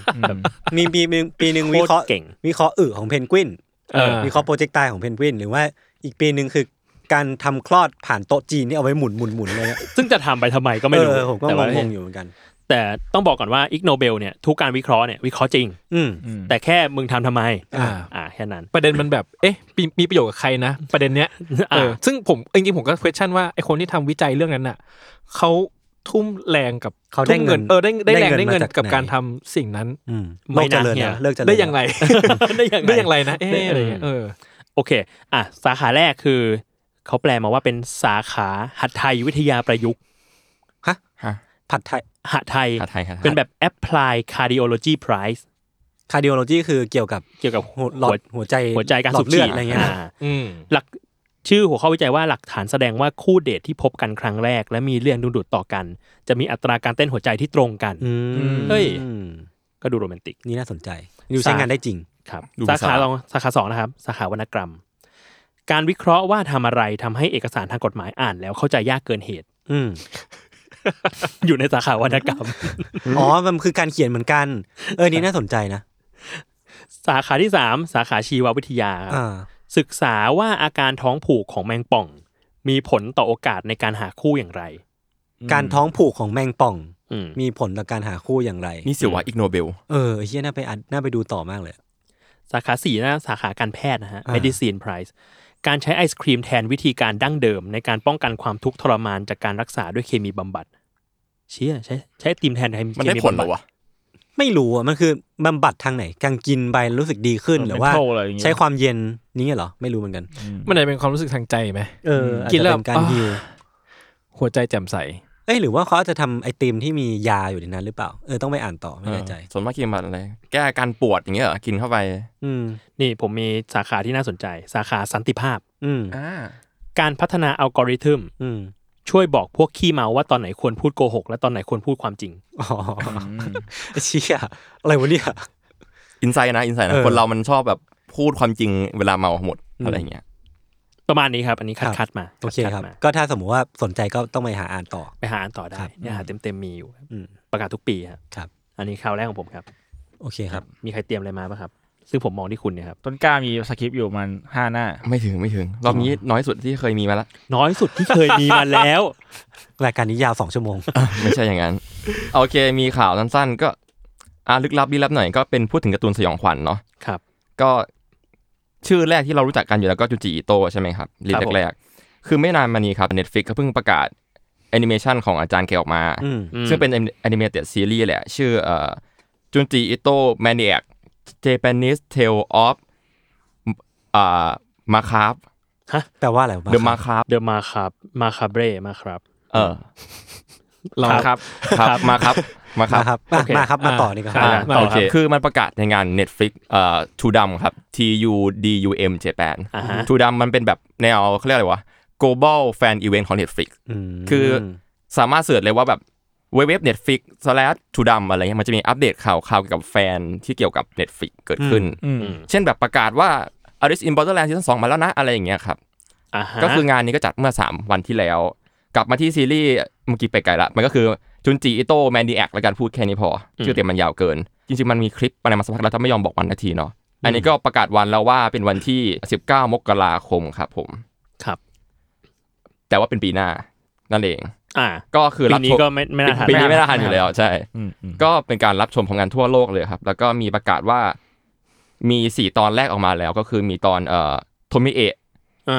Speaker 1: มีปีหนึ่งปีหนึ่ง
Speaker 3: โคตร
Speaker 1: วิเคราะห์
Speaker 3: เก่ง
Speaker 1: วิเคราะห์อึของเพนกวิน
Speaker 5: เออ
Speaker 1: วิเคราะห์โปรเจกต์ตายของเพนกวิน หรือว่าอีกปีหนึ่งคือการทำคลอดผ่านโต๊ะจีนนี่เอาไว้หมุนหมุนหมุนอะไรเงี้ย
Speaker 3: ซึ่งจะทำไปทำไมก็ไม่รู้
Speaker 1: เออผมก็
Speaker 3: แต่
Speaker 1: ง
Speaker 3: ว่าง
Speaker 1: ๆอยู่เหมือนกัน
Speaker 3: แต่ต้องบอกก่อนว่าอิกโนเบลเนี่ยทุกการวิเคราะห์เนี่ยวิเคราะห์จริง
Speaker 1: อืม
Speaker 3: แต่แค่มึงทำทำไม
Speaker 5: อ่า
Speaker 3: อ่าแค่นั้น
Speaker 5: ประเด็นมันแบบ เอ๊ะมีมีประโยชน์กับใครนะ ประเด็นเนี้ยเออซึ่งผมจริงๆผมก็ question ว่าไอคนที่ทำวิจัยเรื่องนั้นอ่ะเขาทุ่มแรงกับ
Speaker 1: เขาได้
Speaker 5: ทุ่ม
Speaker 1: เงิน
Speaker 5: เออได้ได้แรง
Speaker 1: ได้
Speaker 5: ได้
Speaker 1: เงิ
Speaker 5: เงิ
Speaker 1: นมา
Speaker 5: น
Speaker 1: จาก
Speaker 5: กับ
Speaker 1: ไหน
Speaker 5: การทำสิ่งนั้น
Speaker 1: อืม
Speaker 3: ไม่
Speaker 1: เลิกเจริญ
Speaker 3: น่าเชื่อ
Speaker 1: นะเลิกเจริญ
Speaker 5: ได้อย่างไร
Speaker 3: ได้ยังไง
Speaker 5: ได้อย่างไรนะเอ๊ะ
Speaker 3: ได้ยังไง
Speaker 5: อะไรเงี้ยเออ
Speaker 3: โอเค อ่ะ สาขาแรกคือเขาแปลมาว่าเป็นสาขาหัดไทยวิทยาประยุกต์
Speaker 1: ผัดไทย
Speaker 3: หัดไทย
Speaker 6: หาไทยหาไทย
Speaker 3: เป็นแบบ Apply Cardiology Prize
Speaker 1: คาร์ดิโอโลจีคือเกี่ยวกับ
Speaker 3: เกี่ยวกับ
Speaker 1: หัวหลอดหัวใจ
Speaker 3: หัวใจการ
Speaker 1: หลอ
Speaker 3: สู
Speaker 1: ด
Speaker 3: บ
Speaker 1: เลื
Speaker 3: ฉี
Speaker 1: อด
Speaker 3: ด
Speaker 1: อะไรเงี้ย
Speaker 3: า
Speaker 5: อืม
Speaker 3: หลักชื่อหัวข้อวิจัยว่าหลักฐานแสดงว่าคู่เดทที่พบกันครั้งแรก และมีเรื่องดึงดูดต่อกัน จะมีอัตราการเต้นหัวใจที่ตรงกัน
Speaker 1: อืม
Speaker 3: เฮ้ย ก็ดูโรแมนติก
Speaker 1: นี่น่าสนใจดูใช้งานได้จริง
Speaker 3: ครับ
Speaker 6: ดู
Speaker 3: สา
Speaker 6: ภาษา
Speaker 3: ขาลองสาขาสองนะครับ สาขาวรรณกรรม การวิเคราะห์ว่าทำอะไรทำให้เอกสารทางกฎหมายอ่าน แล้วเข้าใจยากเกินเหตุ
Speaker 1: อืม
Speaker 3: อยู่ในสาขาวรรณกรรม
Speaker 1: อ๋อ มันคือการเขียนเหมือนกัน เออ นี่น่าสนใจนะ
Speaker 3: สาขาที่สามสาขาชีววิทยาครับ
Speaker 1: อ่า
Speaker 3: ศึกษาว่าอาการท้องผูกของแมงป่อง มีผลต่อโอกาสในการหาคู่อย่างไร
Speaker 1: การท้องผูกของแมงป่อง
Speaker 3: อืม
Speaker 1: มีผลต่อการหาคู่อย่างไร
Speaker 6: นี่สิวะอิกโนเบล
Speaker 1: เออเฮียน่าไปอัดน่าไปดูต่อมากเลย
Speaker 3: สาขาสี่นะสาขาการแพทย์นะฮะ
Speaker 1: อ่า
Speaker 3: medicine price การใช้ไอศครีมแทนวิธีการดั้งเดิม ในการป้องกันความทุกข์ทรมานจากการรักษาด้วยเคมีบำบัด เชี่ยใช้ใช้ไอติมแทนเคมี
Speaker 6: มันได้ผลเหรอวะ
Speaker 1: ไม่รู้อ่ะ มันคือบำบัดทางไหน การกินไปรู้สึกดีขึ้น
Speaker 4: เออ
Speaker 1: หรือว่า
Speaker 4: mental อะไรอย่างเงี้ย
Speaker 1: ใช้ความเย็นนี้เหรอ ไม่รู้เหมือนกัน
Speaker 5: มันอาจจะเป็นความรู้สึกทางใจไหม
Speaker 1: เอออาจ
Speaker 5: กิน
Speaker 1: จะ
Speaker 5: แล้ว
Speaker 1: เป็นการ
Speaker 5: อ่า
Speaker 1: ฮิว
Speaker 5: หัวใจแจ่มใส
Speaker 1: เ อ้ยหรือว่าเขาจะทำไอติมที่มียาอยู่ในนั้นหรือเปล่า เออต้องไปอ่านต่อไม่แน่ใจ
Speaker 5: เออส่วนมากกินแบบอะไร แก้อาการปวดอย่างเงี้ยเหรอกินเข้าไป
Speaker 1: อืม
Speaker 3: นี่ผมมีสาขาที่น่าสนใจ สาขาสันติภาพ
Speaker 1: อืม
Speaker 5: อ่า
Speaker 3: การพัฒนาอัลกอริทึม
Speaker 1: อืม
Speaker 3: ช่วยบอกพวกขี้เมาว่าตอนไหนควรพูดโกหกและตอนไหนควรพูดความจริง
Speaker 1: อ๋อไอ้เชี่ยอะไรวะเนี่ย
Speaker 5: อินไซด์นะ อินไซด์นะ
Speaker 1: เออ
Speaker 5: คนเรามันชอบแบบพูดความจริงเวลาเมาหมดอะไรอย่างเงี้ย
Speaker 3: ประมาณนี้ครับ อันนี้คัดคัดมา
Speaker 1: โอเค
Speaker 3: ด
Speaker 1: ครับ
Speaker 3: มา
Speaker 1: ก็ถ้าสมมุติว่าสนใจก็ต้องไปหาอ่านต่อ
Speaker 3: ไปหาอ่านต่อได้
Speaker 1: ครับ
Speaker 3: เนื้อหาเต็มๆมีอยู่ครับ
Speaker 1: อืม
Speaker 3: ประกาศทุกปีครับ
Speaker 1: ครับ
Speaker 3: อันนี้ข่าวแรกของผมครับ
Speaker 1: โอเคครับ
Speaker 3: มีใครเตรียมอะไรมาป่ะครับ ซึ่งผมมองที่คุณเนี่ยครับ
Speaker 4: ต้นกล้ามีสคริปต์อยู่มันห้าหน้า
Speaker 5: ไม่ถึงไม่ถึง รอบนี้น้อยสุดที่เคยมีมาละ
Speaker 3: น้อยสุดที่เคยมีมาแล้ว
Speaker 1: รายการนี้ยาวสองชั่วโมง
Speaker 5: ไม่ใช่อย่างนั้น โอเค มีข่าวสั้นๆ ก็อ่าลึกลับลี้ลับหน่อยก็เป็นพูดถึงการ์ตูนสยองขวัญเนาะ
Speaker 3: ครับ
Speaker 5: ก็ชื่อแรกที่เรารู้จักกันอยู่แล้วก็จูจิอิโตะใช่ไหมครับรี
Speaker 3: ครับผม
Speaker 5: แรกๆคือไม่นานมานี้ครับ Netflix ก็เพิ่งประกาศแอนิเมชันของอาจารย์แกออกมา
Speaker 1: อืม
Speaker 5: ซึ่งเป็นแอนิเมเต็ดซีรีส์แหละ ชื่อเอ่อจุนจิอิโตะแมนิแอคเจแปนิสเทลออฟอ่ามาคาร์ฟ
Speaker 1: แปลว่าอะไรวะ
Speaker 5: เดอะมาคาร์ฟ
Speaker 3: เดอะมาครับมาคาเบรมาครับ
Speaker 5: เออ
Speaker 6: ลองครับ
Speaker 5: ครับมาครับมาค
Speaker 1: มา
Speaker 5: รับ
Speaker 1: ครับมามาครับมาต่อนี่ครับ
Speaker 3: อ่า
Speaker 5: โอเคคือมันประกาศในงาน Netflix เอ่อทูดัมครับ T U D U M Japan
Speaker 3: อ่าฮะ
Speaker 5: ทูดัมมันเป็นแบบแนวเขาเรียกอะไรวะ global fan event ของ Netflix
Speaker 1: ม
Speaker 5: คือสามารถเสิร์ชเลยว่าแบบเว็บ Netflix slash ทูดัมอะไรเงี้ยมันจะมีอัปเดตข่าวข่าวเกี่ยวกับแฟนที่เกี่ยวกับ Netflix เกิดขึ้น
Speaker 6: อืม
Speaker 5: เช่นแบบประกาศว่า Alice in Borderland ซีซั่นสองมาแล้วนะอะไรอย่างเงี้ยครับ
Speaker 3: อ่าฮะ
Speaker 5: ก็คืองานนี้ก็จัดเมื่อ 3 วันที่แล้ว กลับมาที่ซีรีส์เมื่อกี้ไปไกลละ มันก็คือจุนจิอิโต้แมนดีแอคแล้วกันพูดแค่นี้พอ ชื่อเต็มมันยาวเกิน จริงๆ มันมีคลิปอะไรมาสักพักแล้วถ้าไม่ยอมบอกวันนาทีเนาะอันนี้ก็ประกาศวันแล้วว่าเป็นวันที่ 19 มกราคมครับผม
Speaker 3: ครับ
Speaker 5: แต่ว่าเป็นปีหน้านั่นเอง
Speaker 3: อ่า
Speaker 5: ก็คือ
Speaker 3: ปี
Speaker 5: รับ
Speaker 3: นี้
Speaker 5: ชม
Speaker 3: ก็ไม่ไม่น่าทัน
Speaker 5: ปีนี้ไม่น่าทันอยู่แล้วใช่
Speaker 6: อืมอืม
Speaker 5: ก็เป็นการรับชมผลงานทั่วโลกเลยครับ แล้วก็มีประกาศว่ามีสี่ตอนแรกออกมาแล้ว ก็คือมีตอนเอ่อโทมิเอะ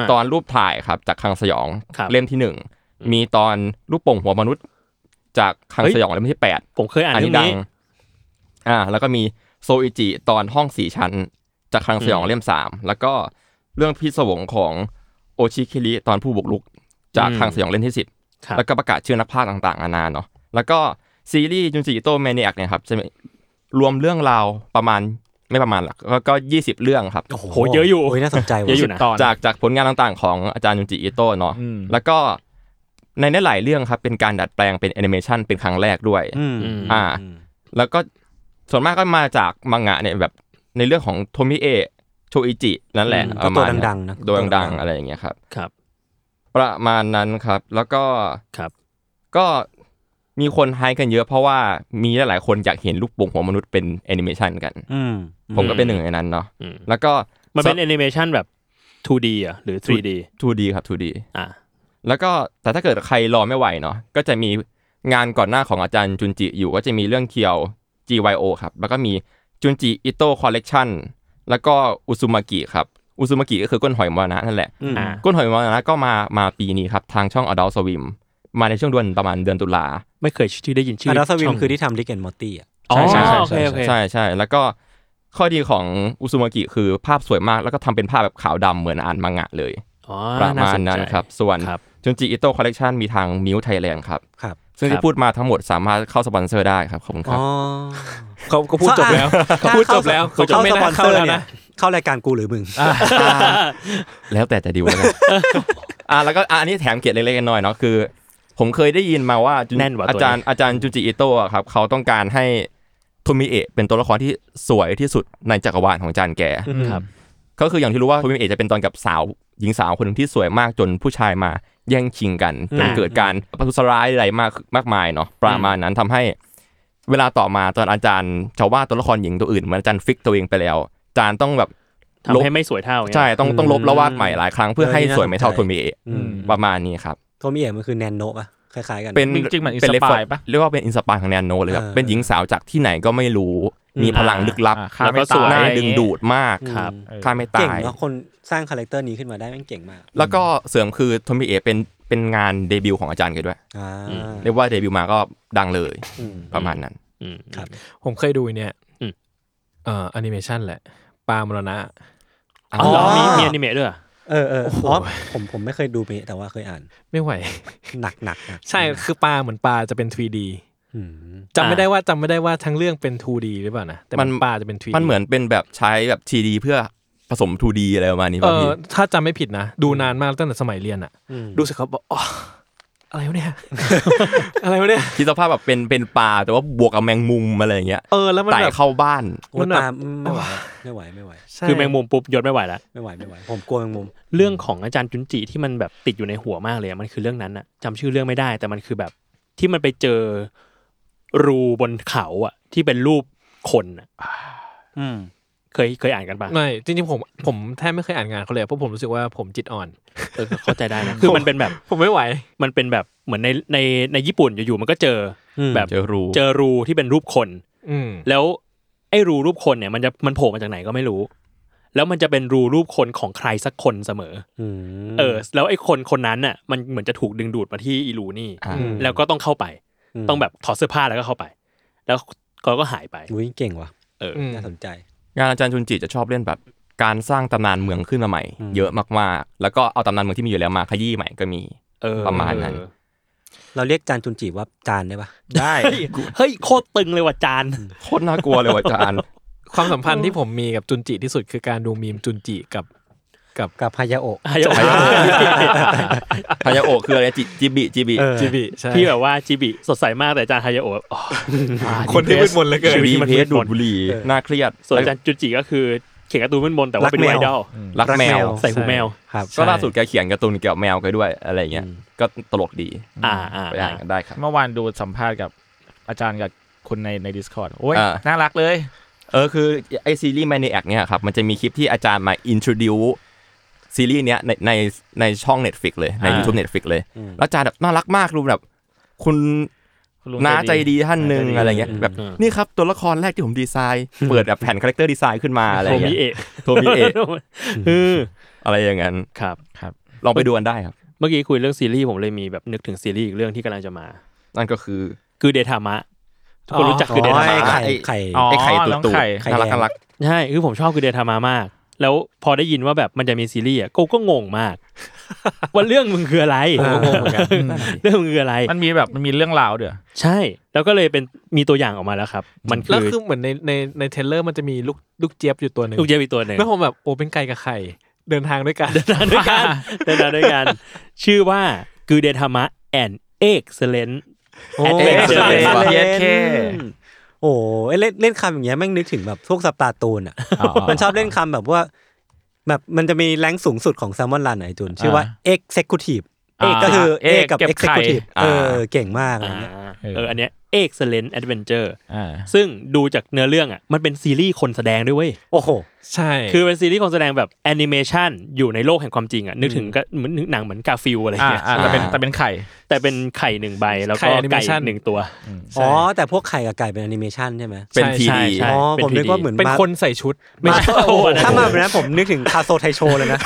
Speaker 3: า
Speaker 5: ตอนรูปถ่ายครับจากคลังสยอง
Speaker 3: ครับ
Speaker 5: เล่มที่หนึ่งมีตอนรูปโป่งหัวมนุษย์ จากคลัง
Speaker 3: เฮ้ย
Speaker 5: สยองเล่มที่แปด
Speaker 3: ผมเคยอ่านเรื่อง
Speaker 5: ดั
Speaker 3: นี้
Speaker 5: อ่า แล้วก็มีโซอิจิตอนห้องสี่ชั้น จากคลังสยอง
Speaker 3: อืม
Speaker 5: เล่มสามแล้วก็เรื่องพิศวงของโอชิคิริตอนผู้บุกลุก จาก
Speaker 3: อืม
Speaker 5: คลังสยองเล่มที่สิบ
Speaker 3: ครับ
Speaker 5: แล้วก็ประกาศชื่อนักพากย์ต่างๆนานาเนาะ แล้วก็ซีรีส์จุนจิโตแมเนียกเนี่ยครับจะมีรวมเรื่องราวประมาณไม่ประมาณหรอกก็ก็ยี่สิบเรื่องครับ
Speaker 1: โอ้โห
Speaker 3: โหเยอะอยู่
Speaker 1: โอ้ยน่าสนใจว่ะ
Speaker 3: เยอะอยู่นะ
Speaker 6: ตอน
Speaker 5: จากจากผลงานต่างๆ ของอาจารย์ยุนจิอิโตะเนาะ
Speaker 6: อืม
Speaker 5: แล้วก็ในหลายๆเรื่องครับ เป็นการดัดแปลงเป็นแอนิเมชันเป็นครั้งแรกด้วย
Speaker 1: อืม
Speaker 3: อืม
Speaker 5: อ่า แล้วก็ส่วนมากก็มาจากมังงะเนี่ยแบบในเรื่องของโทมิเอะโชอิจินั่นแหละ
Speaker 1: อืม
Speaker 5: ประมา
Speaker 1: ก็ตั
Speaker 5: ณ
Speaker 1: ว
Speaker 5: เย
Speaker 1: ดังๆนะ
Speaker 5: ตัว
Speaker 1: ตัวดั
Speaker 5: ดั
Speaker 1: ง
Speaker 5: ง
Speaker 1: ๆ
Speaker 5: ๆอะไรอย่างเงี้ยครับ
Speaker 3: ครับ
Speaker 5: ประมาณนั้นครับ แล้วก็
Speaker 3: ครับ
Speaker 5: ก็มีคนไฮป์กันเยอะเพราะว่ามีหลายๆคนอยากเห็นลูกโป่งหัวมนุษย์เป็นแอนิเมชันกัน
Speaker 1: อืม
Speaker 5: ผมก็เป็นหนึ่งในนั้นเนาะ
Speaker 3: อืม
Speaker 5: แล้วก็
Speaker 3: มันเป็นแอนิเมชันแบบ 2D อ่ะหรือ 3D
Speaker 5: 2D ครับ 2D
Speaker 3: อ่า
Speaker 5: แล้วก็แต่ถ้าเกิดใครรอไม่ไหวเนาะก็จะมีงานก่อนหน้าของอาจารย์จุนจิอยู่ก็จะมีเรื่องเคียว GYO ครับ แล้วก็มีจุนจิอิโต้คอลเลกชันแล้วก็อุซุมากิครับอุซุมากิก็คือก้นหอยมรณะนั่นแหละ
Speaker 1: อืม
Speaker 3: อ่า
Speaker 5: ก้นหอยมรณะก็มามาปีนี้ครับ ทางช่อง Adult Swim มาในช่วงเดือนประมาณเดือนตุลา
Speaker 3: ไม่เคยชื่อได้ยินชื่อ
Speaker 1: อั
Speaker 3: อั
Speaker 1: นดับสวิมคือที่ทำริกแอนมอร์ตี้อ่ะ
Speaker 3: อ๋อ
Speaker 5: ใช่ใช่
Speaker 3: โอเคโอเค
Speaker 5: ใช่ใช่แล้วก็ข้อดีของอุซุมากิคือภาพสวยมาก แล้วก็ทำเป็นภาพแบบขาวดำเหมือนอ่านมังงะเลย
Speaker 3: อ๋อ
Speaker 5: ประมา
Speaker 3: ส
Speaker 5: ณ
Speaker 3: ใจ
Speaker 5: นั้นครับ ส่วน
Speaker 3: ครับ
Speaker 5: จุนจิอิโต้คอลเลกชันมีทางมิวไทยแลนด์ครับ
Speaker 1: ครับ
Speaker 5: ซึ่ง
Speaker 3: ครั
Speaker 5: ที่
Speaker 3: บ
Speaker 5: พูดมาทั้งหมดสามารถเข้าสปอนเซอร์ได้ครับ ขอบคุณค
Speaker 1: อ๋
Speaker 5: รับ
Speaker 1: อ
Speaker 6: เขาก็พูดจบแล้วเขาพูดจบแล้ว
Speaker 1: เขา
Speaker 6: เขาจะ
Speaker 1: เข้า
Speaker 6: ไม่
Speaker 1: สป
Speaker 6: น่า
Speaker 1: อนเซ
Speaker 6: เข้า
Speaker 1: อร์
Speaker 6: แล้ว
Speaker 1: เนี่ย
Speaker 6: นะ
Speaker 1: เข้ารายการกูหรือมึง
Speaker 5: แล้วแต่จะดีลแล้วกัน อ่าแล้วก็อ่ะอันนี้แถมเกียรติเล็กๆน้อยๆเนาะคือ ผมเคยได้ยินมาว่าจุ
Speaker 3: แน่นว่ะตัวนี้
Speaker 5: อาจารย์อาจารย์จุจิอิโตะครับ เขาต้องการให้โทมิเอะเป็นตัวละครที่สวยที่สุดในจักรวาลของอาจารย์แก
Speaker 3: ครับ
Speaker 5: ก็คืออย่างที่รู้ว่าโทมิเอะจะเป็นตอนกับสาวหญิงสาวคนหนึ่งที่สวยมากจนผู้ชายมาแย่งชิงกันจน
Speaker 3: อ่า
Speaker 5: เกิดการประทุษร้ายอะไรมากมากมายเนาะประมาณนั้นทำให้เวลาต่อมาตอนอาจารย์จะว่าดตัวละครหญิงตัวอื่นเหมือนอาจารย์ฟิกตัวเองไปแล้วอาจารย์ต้องแบบ
Speaker 3: ทำให้ไม่สวยเท่าเงี้ย
Speaker 5: ใช่ ต้องต้องลบแล้ววาดใหม่หลายครั้งเพื่อให้
Speaker 1: เออนี่น่า
Speaker 5: สวยไม่เท่า
Speaker 1: สนใจ
Speaker 5: โทมิเอะ
Speaker 1: อืม
Speaker 5: ประมาณนี้ครับ
Speaker 1: โทมิเอะมันคือแนนโนะอะคล้ายๆกัน
Speaker 5: เป็น
Speaker 6: จริงๆเหมือนอิน
Speaker 5: เป็น
Speaker 6: ส
Speaker 5: เลฟ
Speaker 6: ปายปะ
Speaker 5: เรียกว่าเป็นอินสปายของแนนโนเลยครับ
Speaker 1: เออ
Speaker 5: เป็นหญิงสาวจากที่ไหนก็ไม่รู้ มีพลังลึกลับ
Speaker 6: อ่าฆ่า
Speaker 3: แล้ว
Speaker 6: ไม่
Speaker 3: ก็
Speaker 6: ตา
Speaker 3: สวย
Speaker 5: น่าย ดึงดูดมาก
Speaker 3: ครับ
Speaker 1: อืม
Speaker 5: ฆ่าไม่
Speaker 1: เก่ง
Speaker 5: ตาย
Speaker 1: เนาะคนสร้างคาแรคเตอร์นี้ขึ้นมาได้แม่งเก่งมาก
Speaker 5: แล้วก็เสริมคือโทมิเอะเป็นเป็นงานเดบิวต์ของอาจารย์แกด้วย
Speaker 1: อ่า
Speaker 5: เรียกว่าเดบิวต์มาก็ดังเลย
Speaker 1: อืม
Speaker 5: ประมาณนั้น
Speaker 3: อืม
Speaker 1: ครับ
Speaker 6: ผมเคยดูเนี่ย
Speaker 3: อืม
Speaker 6: เอ่อแอนิเมชันแหละปลามรณะ
Speaker 3: อ๋อเหรอมีมีอนิเมะด้วยเหรอ
Speaker 1: เ เออเอออ๋อผมผมไม่เคยดูเมะแต่ว่าเคยอ่าน
Speaker 5: ไม่ไหว
Speaker 1: หนักหนักหนัก
Speaker 5: ใช่คือปลาเหมือนปลาจะเป็น 3D
Speaker 1: อืม
Speaker 5: จำไม่ได้ว่าจำไม่ได้ว่าทั้งเรื่องเป็น 2D หรือเปล่านะแต่มัน
Speaker 6: มัน
Speaker 5: ปลาจะเป็น 3D
Speaker 6: มันเหมือนเป็นแบบใช้แบบ 3D เพื่อผสม 2D อะไรประมาณนี้
Speaker 5: เอ
Speaker 6: ป่ะ
Speaker 5: อ
Speaker 6: พี่
Speaker 5: ถ้าจำไม่ผิดนะ ดูนานมากตั้งแต่สมัยเรียนอะ
Speaker 1: อืม
Speaker 5: รู้สึกเขาบอกอ๋ออะไรวะเนี่ย อะไรวะเนี่ย
Speaker 6: คิดสภาพแบบเป็นเป็นปลาแต่ว่าบวกกับแมงมุมอะไรอย่างเงี้ย
Speaker 5: เออแล้วมัน
Speaker 6: ไต่
Speaker 5: แบบ
Speaker 6: เข้าบ้าน
Speaker 1: โอ้
Speaker 5: มันแบบ
Speaker 1: ตามไม่ไหวไม่ไหวไม่ไหว
Speaker 5: ใช่
Speaker 3: คือแมงมุมปุ๊บยศไม่ไหวละ
Speaker 1: ไม่ไหวไม่ไหว ผมกลัวแมงมุม
Speaker 3: เรื่องของอาจารย์จุนจิที่มันแบบติดอยู่ในหัวมากเลยอะมันคือเรื่องนั้นอะจำชื่อเรื่องไม่ได้ แต่มันคือแบบที่มันไปเจอรูบนเขาอะที่เป็นรูปคนอะ
Speaker 1: อืม
Speaker 3: เคยเคยอ่านกันปะ
Speaker 5: ไม่จริงๆผมผมแทบไม่เคยอ่านงานเขาเลยเพราะผมรู้สึกว่าผมจิตอ่อน
Speaker 3: เออเข้าใจได้นะคือมันเป็นแบบ
Speaker 5: ผมไม่ไหว
Speaker 3: มันเป็นแบบเหมือนในในในญี่ปุ่นอยู่ๆมันก็เจออแบบ
Speaker 6: เจอรู
Speaker 3: เจอรูที่เป็นรูปคน
Speaker 5: อืม
Speaker 3: แล้วไอ้รูรูปคนเนี่ยมันจะมันโผล่มาจากไหนก็ไม่รู้ แล้วมันจะเป็นรูรูปคนของใครสักคนเสมอ
Speaker 1: อืม
Speaker 3: อเออ แล้วไอ้คนคนนั้นน่ะมันเหมือนจะถูกดึงดูดมาที่อีรูนี่
Speaker 6: อ่า
Speaker 3: แล้วก็ต้องเข้าไป
Speaker 1: ม
Speaker 3: ต้องแบบถอดเสื้อผ้าแล้วก็เข้าไป แล้วเขาก็หายไป
Speaker 1: อุ้ยเก่งว่ะ
Speaker 3: เออ
Speaker 5: อืม
Speaker 1: น่าสนใจ
Speaker 6: งานอาจารย์จุนจิจะชอบเล่นแบบการสร้างตำนานเมืองขึ้นมาใหม่
Speaker 1: อืม
Speaker 6: เยอะมากๆ แล้วก็เอาตำนานเมืองที่มีอยู่แล้วมาขยี้ใหม่ก็มี
Speaker 3: เออ
Speaker 6: ประมาณนั้น
Speaker 1: เราเรียกจานจุนจีว่าจานได้ปะ
Speaker 6: ได้
Speaker 3: เฮ้ยเฮ้ยโคตรตึงเลยว่ะจาน
Speaker 6: โคตรน่ากลัวเลยว่ะอาจารย์
Speaker 5: ความสัมพันธ์ที่ผมมีกับจุนจิที่สุดคือการดูมีมจุนจิ กับกับ
Speaker 1: กับพายาโอะ
Speaker 3: ฮายาโอะ
Speaker 6: ฮายาโอะคืออะไรจิจิบิจิบิ
Speaker 1: เออ
Speaker 5: จิบิใช่
Speaker 3: ที่แบบว่าจิบิสดใสมากแต่จานฮายาโอะ อ๋อ
Speaker 5: คนที่มืดมนเหลยเกิน
Speaker 6: ชีวิต
Speaker 3: ที่
Speaker 6: มันเพ
Speaker 3: มื
Speaker 6: ศดู
Speaker 3: ม
Speaker 6: ด
Speaker 3: น
Speaker 6: บุหรี่น่าเครียด
Speaker 3: ส่วนอาจารย์จุจิก็คือเขียนการ์ตูนเป็นบนแต่ว่าเป็น
Speaker 1: รักแมว
Speaker 3: ไวดอล
Speaker 6: รักแมว
Speaker 3: ใส่หูแมว
Speaker 1: ครับ
Speaker 6: ก็ล่าสุดแกเขียนการ์ตูนเกี่ยวกับแมวแกด้วยอะไรอย่างเงี้ย ก็ตลกดี
Speaker 3: อ่าอ่า
Speaker 6: ไป
Speaker 3: อ่า
Speaker 6: อ่านกันได้ครับ
Speaker 4: เมื่อวานดูสัมภาษณ์กับอาจารย์กับคนในใน Discord โอ้ย
Speaker 6: อ่า
Speaker 4: น่ารักเลย
Speaker 6: เออคือไอซีรีส์ Maniac เนี่ยครับมันจะมีคลิปที่อาจารย์มา introduce ซีรีส์เนี้ยในในในช่อง Netflix เลย ใน
Speaker 4: อ่า
Speaker 6: YouTube Netflix เลย แล้วอาจารย์แบบน่ารักมากดูแบบ คุณ
Speaker 4: คุณลุง
Speaker 6: น้าใจดีท่านหนึ่งอะไรเงี้ยแบบ
Speaker 3: อืม
Speaker 6: นี่ครับตัวละครแรกที่ผมดีไซน์ เปิดแบบแผ่นคาแรคเตอร์ดีไซน์ขึ้นมาอะไร
Speaker 3: โทมิ
Speaker 6: เงี้ย
Speaker 3: เอะ
Speaker 6: โทมิ เอะ
Speaker 3: เออ
Speaker 6: อะไรอย่างนั้น
Speaker 3: ครับ
Speaker 6: ลองไปดูกันได้ครับ
Speaker 3: เมื่อกี้คุยเรื่องซีรีส์ผมเลยมีแบบนึกถึงซีรีส์อีกเรื่องที่กำลังจะมา
Speaker 6: นั่นก็คือ
Speaker 3: คือเดทามะทุกคนรู้จักคือเด
Speaker 1: ไ
Speaker 3: ทามะ
Speaker 1: ข่ไข่
Speaker 4: อ๋อ
Speaker 6: ไอ้ไข่ตัว
Speaker 4: น้อง
Speaker 6: ตูด
Speaker 4: ไข่
Speaker 6: น่ารัก
Speaker 1: ไข่แดง
Speaker 6: น่ารัก
Speaker 3: ใช่คือผมชอบคือเดทามะมาก แล้วพอได้ยินว่าแบบมันจะมีซีรีส์อ่ะกูก็งงมาก ว่าเรื่องมึงคืออะไร
Speaker 1: ผมก็งงเหมือนกัน
Speaker 3: เรื่องมึงคืออะไร
Speaker 4: มันมีแบบมันมีเรื่องราวเด้อ
Speaker 3: ใช่ แล้วก็เลยเป็นมีตัวอย่างออกมาแล้วครับ มัน
Speaker 5: แล้ว
Speaker 3: คือ
Speaker 5: คือเหมือนในในในเทรลเลอร์มันจะมีลูกลูกเจี๊ยบอยู่ตัวหนึ่ง
Speaker 3: ลูกเจี๊ยบอีกตัวหนึ่ง
Speaker 5: แล้วผมแบบโอ้เป็นไก่กับไข่เดินทางด้วยกัน
Speaker 3: เดินทางด้วยกันเดินทางด้วยกัน ชื่อว่าคือเดธรรมะแอนเอ็กซ์เลน
Speaker 1: โอ้
Speaker 3: แอดเวนเจอร์
Speaker 1: แดวนจอ
Speaker 4: เยสเค
Speaker 1: โอ้เอ้ยเล่นเล่นคำอย่างเงี้ยแม่งนึกถึงแบบพวกสปาร์ตูนอ่ะ มันชอบเล่นคำแบบว่า แบบมันจะมีแรงสูงสุดของแซมมอนรันไหนจุนชื่อว่า executive
Speaker 4: า
Speaker 1: ก็คือ A กับ
Speaker 4: เก็บไข่
Speaker 1: executive เออเก่งมากอะไร
Speaker 3: อ่า
Speaker 1: เงี้ย
Speaker 3: เอออันเนี้ยเอ็กซ์เลนแอดเวนเจอร์
Speaker 4: อ่า
Speaker 3: ซึ่งดูจากเนื้อเรื่องอ่ะมันเป็นซีรีส์คนแสดงด้วยเว้ย
Speaker 1: โอ้โห
Speaker 5: ใช่
Speaker 3: คือเป็นซีรีส์คนแสดงแบบแอนิเมชันอยู่ในโลกแห่งความจริงอ่ะนึกถึงก็เหมือนหนังเหมือนกาฟิลอะไร
Speaker 4: อ่า
Speaker 3: เงี้ย
Speaker 4: อ่าแต่เป็นแต่เป็นไข่
Speaker 3: แต่เป็นไข่หนึ่งใบแล้วก็ไก่อีกหนึ่งตัว
Speaker 1: อ๋อ แต่พวกไข่กับไก่เป็นแอนิเมชันใช่ไหม
Speaker 6: เป็นที
Speaker 3: ใช่
Speaker 6: ดี
Speaker 3: ใช่
Speaker 1: อ๋อ
Speaker 3: เป็น
Speaker 1: ผมนึก
Speaker 3: 3D
Speaker 1: ว่าเหมือน
Speaker 5: เป็น
Speaker 1: มา
Speaker 5: คนใส่ชุด
Speaker 3: ไม่ใช่โอ้โหอันนั้น
Speaker 1: ถ้ามาแบบนั้นผมนึกถึงคาโซไทโชเลยนะ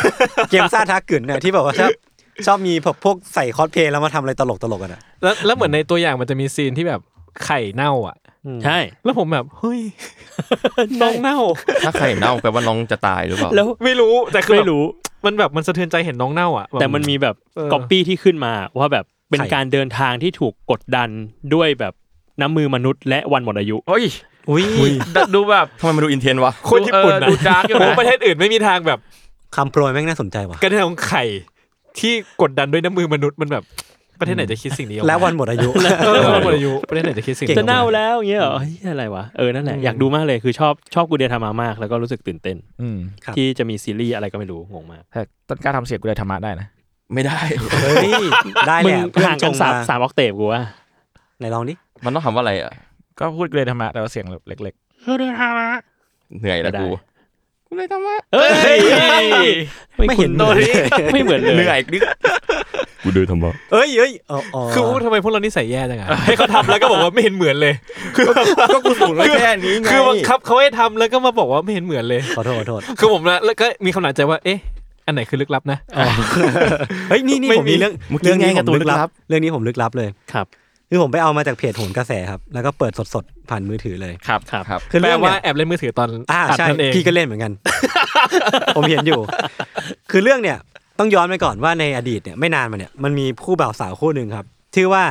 Speaker 1: เกมซ่าทาเกินเนี่ยที่แบบว่าชอบชอบมีพวกใส่คอสเพลย์แล้วมาทำอะไรตลกตลกๆกันอ่ะ
Speaker 5: แล้วแล้วเหมือนในตัวอย่างมันจะมีซีนที่แบบไข่เน่าอ่ะ
Speaker 3: ใช่
Speaker 5: แล้วผมแบบเฮ้ย น้องเน่า
Speaker 6: ถ้าไข่เน่าแปลว่าน้องจะตายหรือเปล่า
Speaker 3: แล้ว
Speaker 5: ไม่รู้แต่คือ
Speaker 3: ไม่
Speaker 5: แบบ
Speaker 3: รู้
Speaker 5: มันแบบมันสะเทือนใจเห็นน้องเน่าอ่ะบบ
Speaker 3: แต่มันมีแบบ
Speaker 5: เออ
Speaker 3: ก๊อปปี้ที่ขึ้นมาว่าแบบเป็น
Speaker 1: ใช่
Speaker 3: การเดินทางที่ถูกกดดันด้วยแบบน้ำมือมนุษย์และวันหมดอายุ
Speaker 4: เฮ้ย
Speaker 1: อุ้ย
Speaker 4: ดดูแบบ
Speaker 6: ทำไมมันดูอินเทนวะ
Speaker 5: คนญี่ปุ่น
Speaker 4: ดูดาร์กอยู่
Speaker 5: โอ้
Speaker 4: นะ
Speaker 5: ประเทศอื่นไม่มีทางแบบ
Speaker 1: คำโปรยแม่งน่าสนใจว่ะ
Speaker 5: กระเทียมไข่ที่กดดันด้วยน้ำมือมนุษย์มันแบบประเทศไหนจะคิดสิ่งนี้ออกมา
Speaker 1: แล้ววันหมดอายุ
Speaker 5: เออวันหมดอายุประเทศไหนจะคิดสิ่ง
Speaker 1: เก่ง
Speaker 3: จะเน่า
Speaker 5: ออกม
Speaker 3: แล้วอย่างเงี้ยเหรอเฮ้ยอะไรวะ เออ นั่นแหละ อยากดูมากเลยคือชอบชอบกูเดนทามามาก แล้วก็รู้สึกตื่นเต้น
Speaker 4: อืม
Speaker 1: ครับ
Speaker 3: ที่จะมีซีรีส์อะไรก็ไม่รู้ งงมาก
Speaker 4: แต่ต้นกล้าทำเสียงกูเลยธรรมะได้นะ
Speaker 6: ไม่ได้
Speaker 1: เฮ้ย ได้
Speaker 3: มึ
Speaker 1: แห
Speaker 3: ง
Speaker 1: ละเพื่อน
Speaker 3: ห่าง
Speaker 1: จ
Speaker 3: กัน
Speaker 1: ง
Speaker 3: สาม
Speaker 1: มา
Speaker 3: สามออกเตปกูว่า
Speaker 1: ไหนลองดิ
Speaker 6: มันต้องทำว่าอะไรอ่ะ
Speaker 4: ก็พูดเลยธรรมะแต่ว่าเสียงแบบเล็ก
Speaker 6: เหนื่อยแล้วกูกูเลยทำว่า
Speaker 3: เอ้ย
Speaker 1: ไม่
Speaker 3: ไม่
Speaker 1: เห็
Speaker 3: เห็
Speaker 1: น
Speaker 3: น
Speaker 1: เล
Speaker 3: เลย ยไม่เหมือนเลย
Speaker 6: เหนื่อยนิดกูเดินทำว่า
Speaker 1: เอ้ยเอ้ยเอออ๋อา
Speaker 5: คือทำไมพวกเรานิสัยแย่จังอะให้เขาทำแล้วก็บอกว่าไม่เห็นเหมือนเลย
Speaker 6: ก็กูสูงแล้วแค่นี้ไง
Speaker 5: คือบังคับเขาให้ทำแล้วก็มาบอกว่าไม่เห็นเหมือนเลย
Speaker 1: ขอโทษขอโทษ
Speaker 5: คือผมนะแล้วก็มีคำหนักใจว่าเอ๊ะ อันไหนคือลึกลับนะ
Speaker 1: เฮ้ยนี่นี่ผมมีเรื่อง
Speaker 6: เมื่อ
Speaker 1: เรื่
Speaker 6: กี้
Speaker 1: อง
Speaker 6: ไง
Speaker 1: นี้ผ
Speaker 6: กับ
Speaker 1: ม
Speaker 6: ตัว
Speaker 1: ลึ
Speaker 6: ลึ
Speaker 1: ก
Speaker 6: ก
Speaker 1: ลั
Speaker 6: ลั
Speaker 1: บบ เรื่องนี้ผมลึกลับเลย
Speaker 3: ครับ
Speaker 1: คือผมไปเอามาจากเพจโหนกระแสครับ แล้วก็เปิดสดๆ ผ่านมือถือเลย
Speaker 4: ครับ
Speaker 3: ครับ
Speaker 6: ครับ
Speaker 1: คือ
Speaker 5: แปล
Speaker 1: เรื่อง
Speaker 5: ว่า
Speaker 1: เนี่ย
Speaker 5: แอบเล่นมือถือตอน
Speaker 1: อ่า
Speaker 5: อัด
Speaker 1: ใช่
Speaker 5: นั่นเอง
Speaker 1: พี่ก็เล่นเหมือน กัน ผมเห็นอยู่ คือเรื่องเนี่ยต้องย้อนไปก่อนว่าในอดีตเนี่ยไม่นานมาเนี่ยมันมีคู่บ่าวสาวคู่หนึ่งครับ ชื่อว่า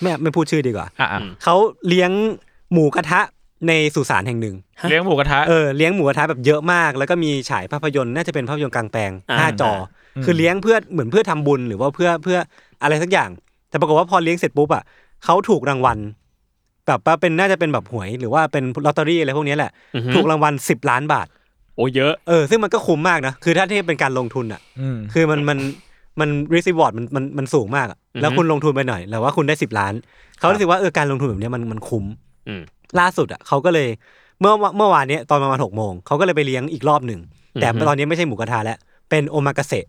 Speaker 1: ไม่ไม่พูดชื่อดีกว่า
Speaker 5: อ่ะอ่ะ
Speaker 1: เขาเลี้ยงหมูกระทะในสุสานแห่งหนึ่ง
Speaker 5: เลี้ยงหมูกระทะ
Speaker 1: เออเลี้ยงหมูกระทะแบบเยอะมาก แล้วก็มีฉายภาพยนตร์น่าจะเป็นภาพยนตร์กลางแปลง
Speaker 3: อ่า
Speaker 1: ห้าจอ
Speaker 5: อืม
Speaker 1: คือเลี้ยงเพื่อเหมือนเพื่อทำบุญหรือว่าเพื่อเพื่ออะไรสักอย่าง แต่ปรากฏว่าพอเลี้ยงเสร็จปุ๊บอ่ะเขาถูกรางวัลแบบว่าเป็นน่าจะเป็นแบบหวย หรือว่าเป็นลอตเตอรี่อะไรพวกเนี้ยแหละ
Speaker 3: อือฮึ
Speaker 1: ถูกรางวัลสิบล้านบาท
Speaker 3: โอ้เยอะ
Speaker 1: เออซึ่งมันก็คุ้มมากนะคือถ้าเทียบเป็นการลงทุนอ่ะ
Speaker 5: อืม
Speaker 1: คือมันมันมันรีสิวอร์ดมันมันมันสูงมากอะ
Speaker 3: อือฮึ
Speaker 1: แล้วคุณลงทุนไปหน่อยแล้วว่าคุณได้สิบล้าน เขารู้สึกว่าเออการลงทุนแบบเนี้ยมันมันคุ้ม
Speaker 3: อืม
Speaker 1: ล่าสุดอ่ะเขาก็เลยเมื่อเมื่อวานเนี้ยตอนประมาณหกโมงเขาก็เลยไปเลี้ยงอีกรอบหนึ่ง แต่
Speaker 3: อือฮึ
Speaker 1: ตอนนี้ไม่ใช่หมูกระทะแล้ว เป็นโอมากาเสะ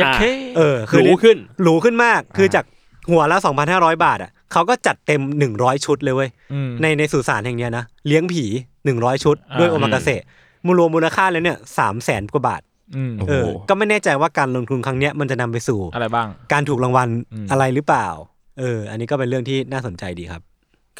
Speaker 5: ยักษ์เท่
Speaker 1: เออ
Speaker 3: หรูขึ้น
Speaker 1: หรูขึ้นมากคืออา จากหัวละ 2,500 บาทอ่ะเขาก็จัดเต็ม 100 ชุดเลยเว้ย
Speaker 5: ม
Speaker 1: ในในสุสานแห่งเนี้ยนะเลี้ยงผี 100 ชุด ด้วย
Speaker 5: อ่า
Speaker 1: โอมากาเสะมูลรวมมูลค่าแล้วเนี่ยสามแสนกว่าบาท
Speaker 5: อืม
Speaker 1: เออก็ไม่แน่ใจว่าการลงทุนครั้งเนี้ยมันจะนำไปสู่
Speaker 5: อะไรบ้าง
Speaker 1: การถูกรางวัล
Speaker 5: อืม
Speaker 1: อะไรหรือเปล่า เออ อันนี้ก็เป็นเรื่องที่น่าสนใจดีครับ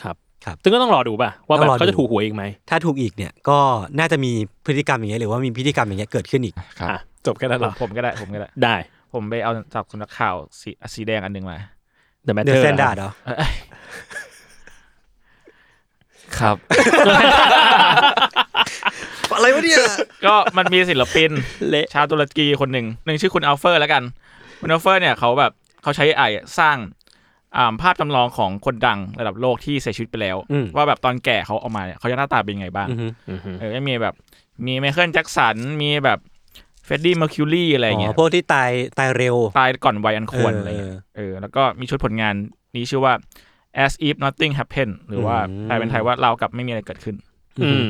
Speaker 3: ครับ
Speaker 1: ครับ
Speaker 3: ซึ่งก็ต้องรอดูป่ะ ว่าแบ
Speaker 1: ต้อง
Speaker 3: บ
Speaker 1: รอดู
Speaker 3: เขาจะถูกหวยอีกไหม
Speaker 1: ถ้าถูกอีกเนี่ยก็น่าจะมีพฤติกรรมอย่างเงี้ยหรือว่ามีพฤติกรรมอย่างเงี้ยเกิดขึ้นอีก
Speaker 6: ครับ
Speaker 3: อ่ะ
Speaker 5: จบแค่นั้นเหรอ
Speaker 4: ผมก็ได้ผมก็ได้
Speaker 3: ได้
Speaker 4: ผมไปเอาจากสุนัขข่าวสีสีแดงอันหนึ่งมา
Speaker 3: The
Speaker 1: เดอะ
Speaker 3: Matter
Speaker 1: แซนดาร์ดเหรอ
Speaker 6: ครับ
Speaker 1: อะไรวะเนี่ย
Speaker 4: ก็มันมีศิลปิน
Speaker 3: เละ
Speaker 4: ชาวตุรกีคนหนึ่งหนึ่งชื่อคุณอัลเฟอร์แล้วกัน คุณอัลเฟอร์เนี่ยเขาแบบเขาใช้ไอสร้างอ่าภาพจำลองของคนดังระดับโลกที่เสียชีวิตไปแล้ว
Speaker 1: อืม
Speaker 4: ว่าแบบตอนแก่เขาออกมาเนี่ยเขาจะหน้าตาเป็นยังไงบ้าง
Speaker 1: อือฮึ
Speaker 3: อือฮึ
Speaker 4: เออก็มีแบบมีไมเคิลแจ็คสัน มีแบบเฟรดดี้เมอร์คิวรีอะไรอย่าง
Speaker 1: อ๋
Speaker 4: เงี้
Speaker 1: อย พวกที่ตายตายเร็ว
Speaker 4: ตายก่อนวัยอันควรอะไร
Speaker 1: เอ
Speaker 4: เงี้ย
Speaker 1: อ
Speaker 4: เออแล้วก็มีชุดผลงานนี้ชื่อว่า as if nothing happened หรือว่า
Speaker 1: อืม
Speaker 4: แปลเป็นไทยว่าเราวกับไม่มีอะไรเกิดขึ้น
Speaker 3: อืม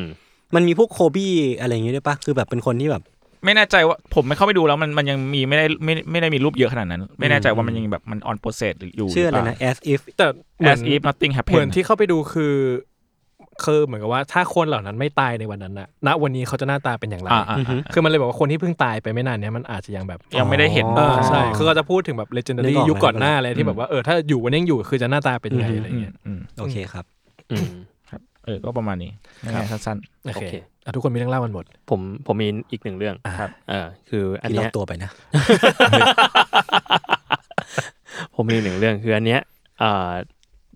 Speaker 1: มันมีพวกโคบี้อะไรอย่างเงี้ยด้วยปะคือแบบเป็นคนที่แบบ
Speaker 4: ไม่แน่ใจว่าผมไม่เข้าไปดูแล้วมันมันยังมีไม่ได้ไม่ไม่ได้มีรูปเยอะขนาดนั้น ไม่แน่ใจว่ามันยังแบบมัน on process หรืออยู่
Speaker 1: ชื่ออะไร
Speaker 4: ห
Speaker 1: นะ as if
Speaker 5: แต่เหมือ
Speaker 4: as
Speaker 5: น
Speaker 4: if nothing
Speaker 5: เหมือน
Speaker 4: happened
Speaker 5: ที่เข้าไปดูคือคือเหมือนกับว่าถ้าคนเหล่านั้นไม่ตายในวันนั้นนะณวันนี้เขาจะหน้าตาเป็นอย่างไร
Speaker 4: อ่าอ่า
Speaker 1: อือฮึ
Speaker 5: คือมันเลยบอกว่าคนที่เพิ่งตายไปไม่นานเนี้ยมันอาจจะยังแบบ
Speaker 4: ยังไม่ได้เห็น
Speaker 5: เออใช่คือเขาจะพูดถึงแบบ legendary
Speaker 1: นึกออก
Speaker 5: ยุคก่อนหน้าอะไรที่
Speaker 4: อืม
Speaker 5: แบบว่าเออถ้าอยู่วันนี้ยังอยู่คือจะหน้าตาเป็นยังไงอะไร
Speaker 4: อืม
Speaker 5: เงี้ย
Speaker 4: อืม
Speaker 1: โอเคครับ
Speaker 3: อืม
Speaker 4: เออก็ประมาณนี้
Speaker 3: ครับ
Speaker 4: ง่ายๆสั้น
Speaker 5: โอเค
Speaker 3: โอเค
Speaker 5: อ่ะทุกคนมีเรื่องเล่ากันหมด
Speaker 3: ผมผมมีอีกหนึ่งเรื่อง
Speaker 1: ครับ
Speaker 3: เออคืออัน
Speaker 1: ที่
Speaker 3: เนี้
Speaker 1: เรา
Speaker 3: ย
Speaker 1: ตัวไปนะ
Speaker 3: ผมมีหนึ่งเรื่องคืออันเนี้ย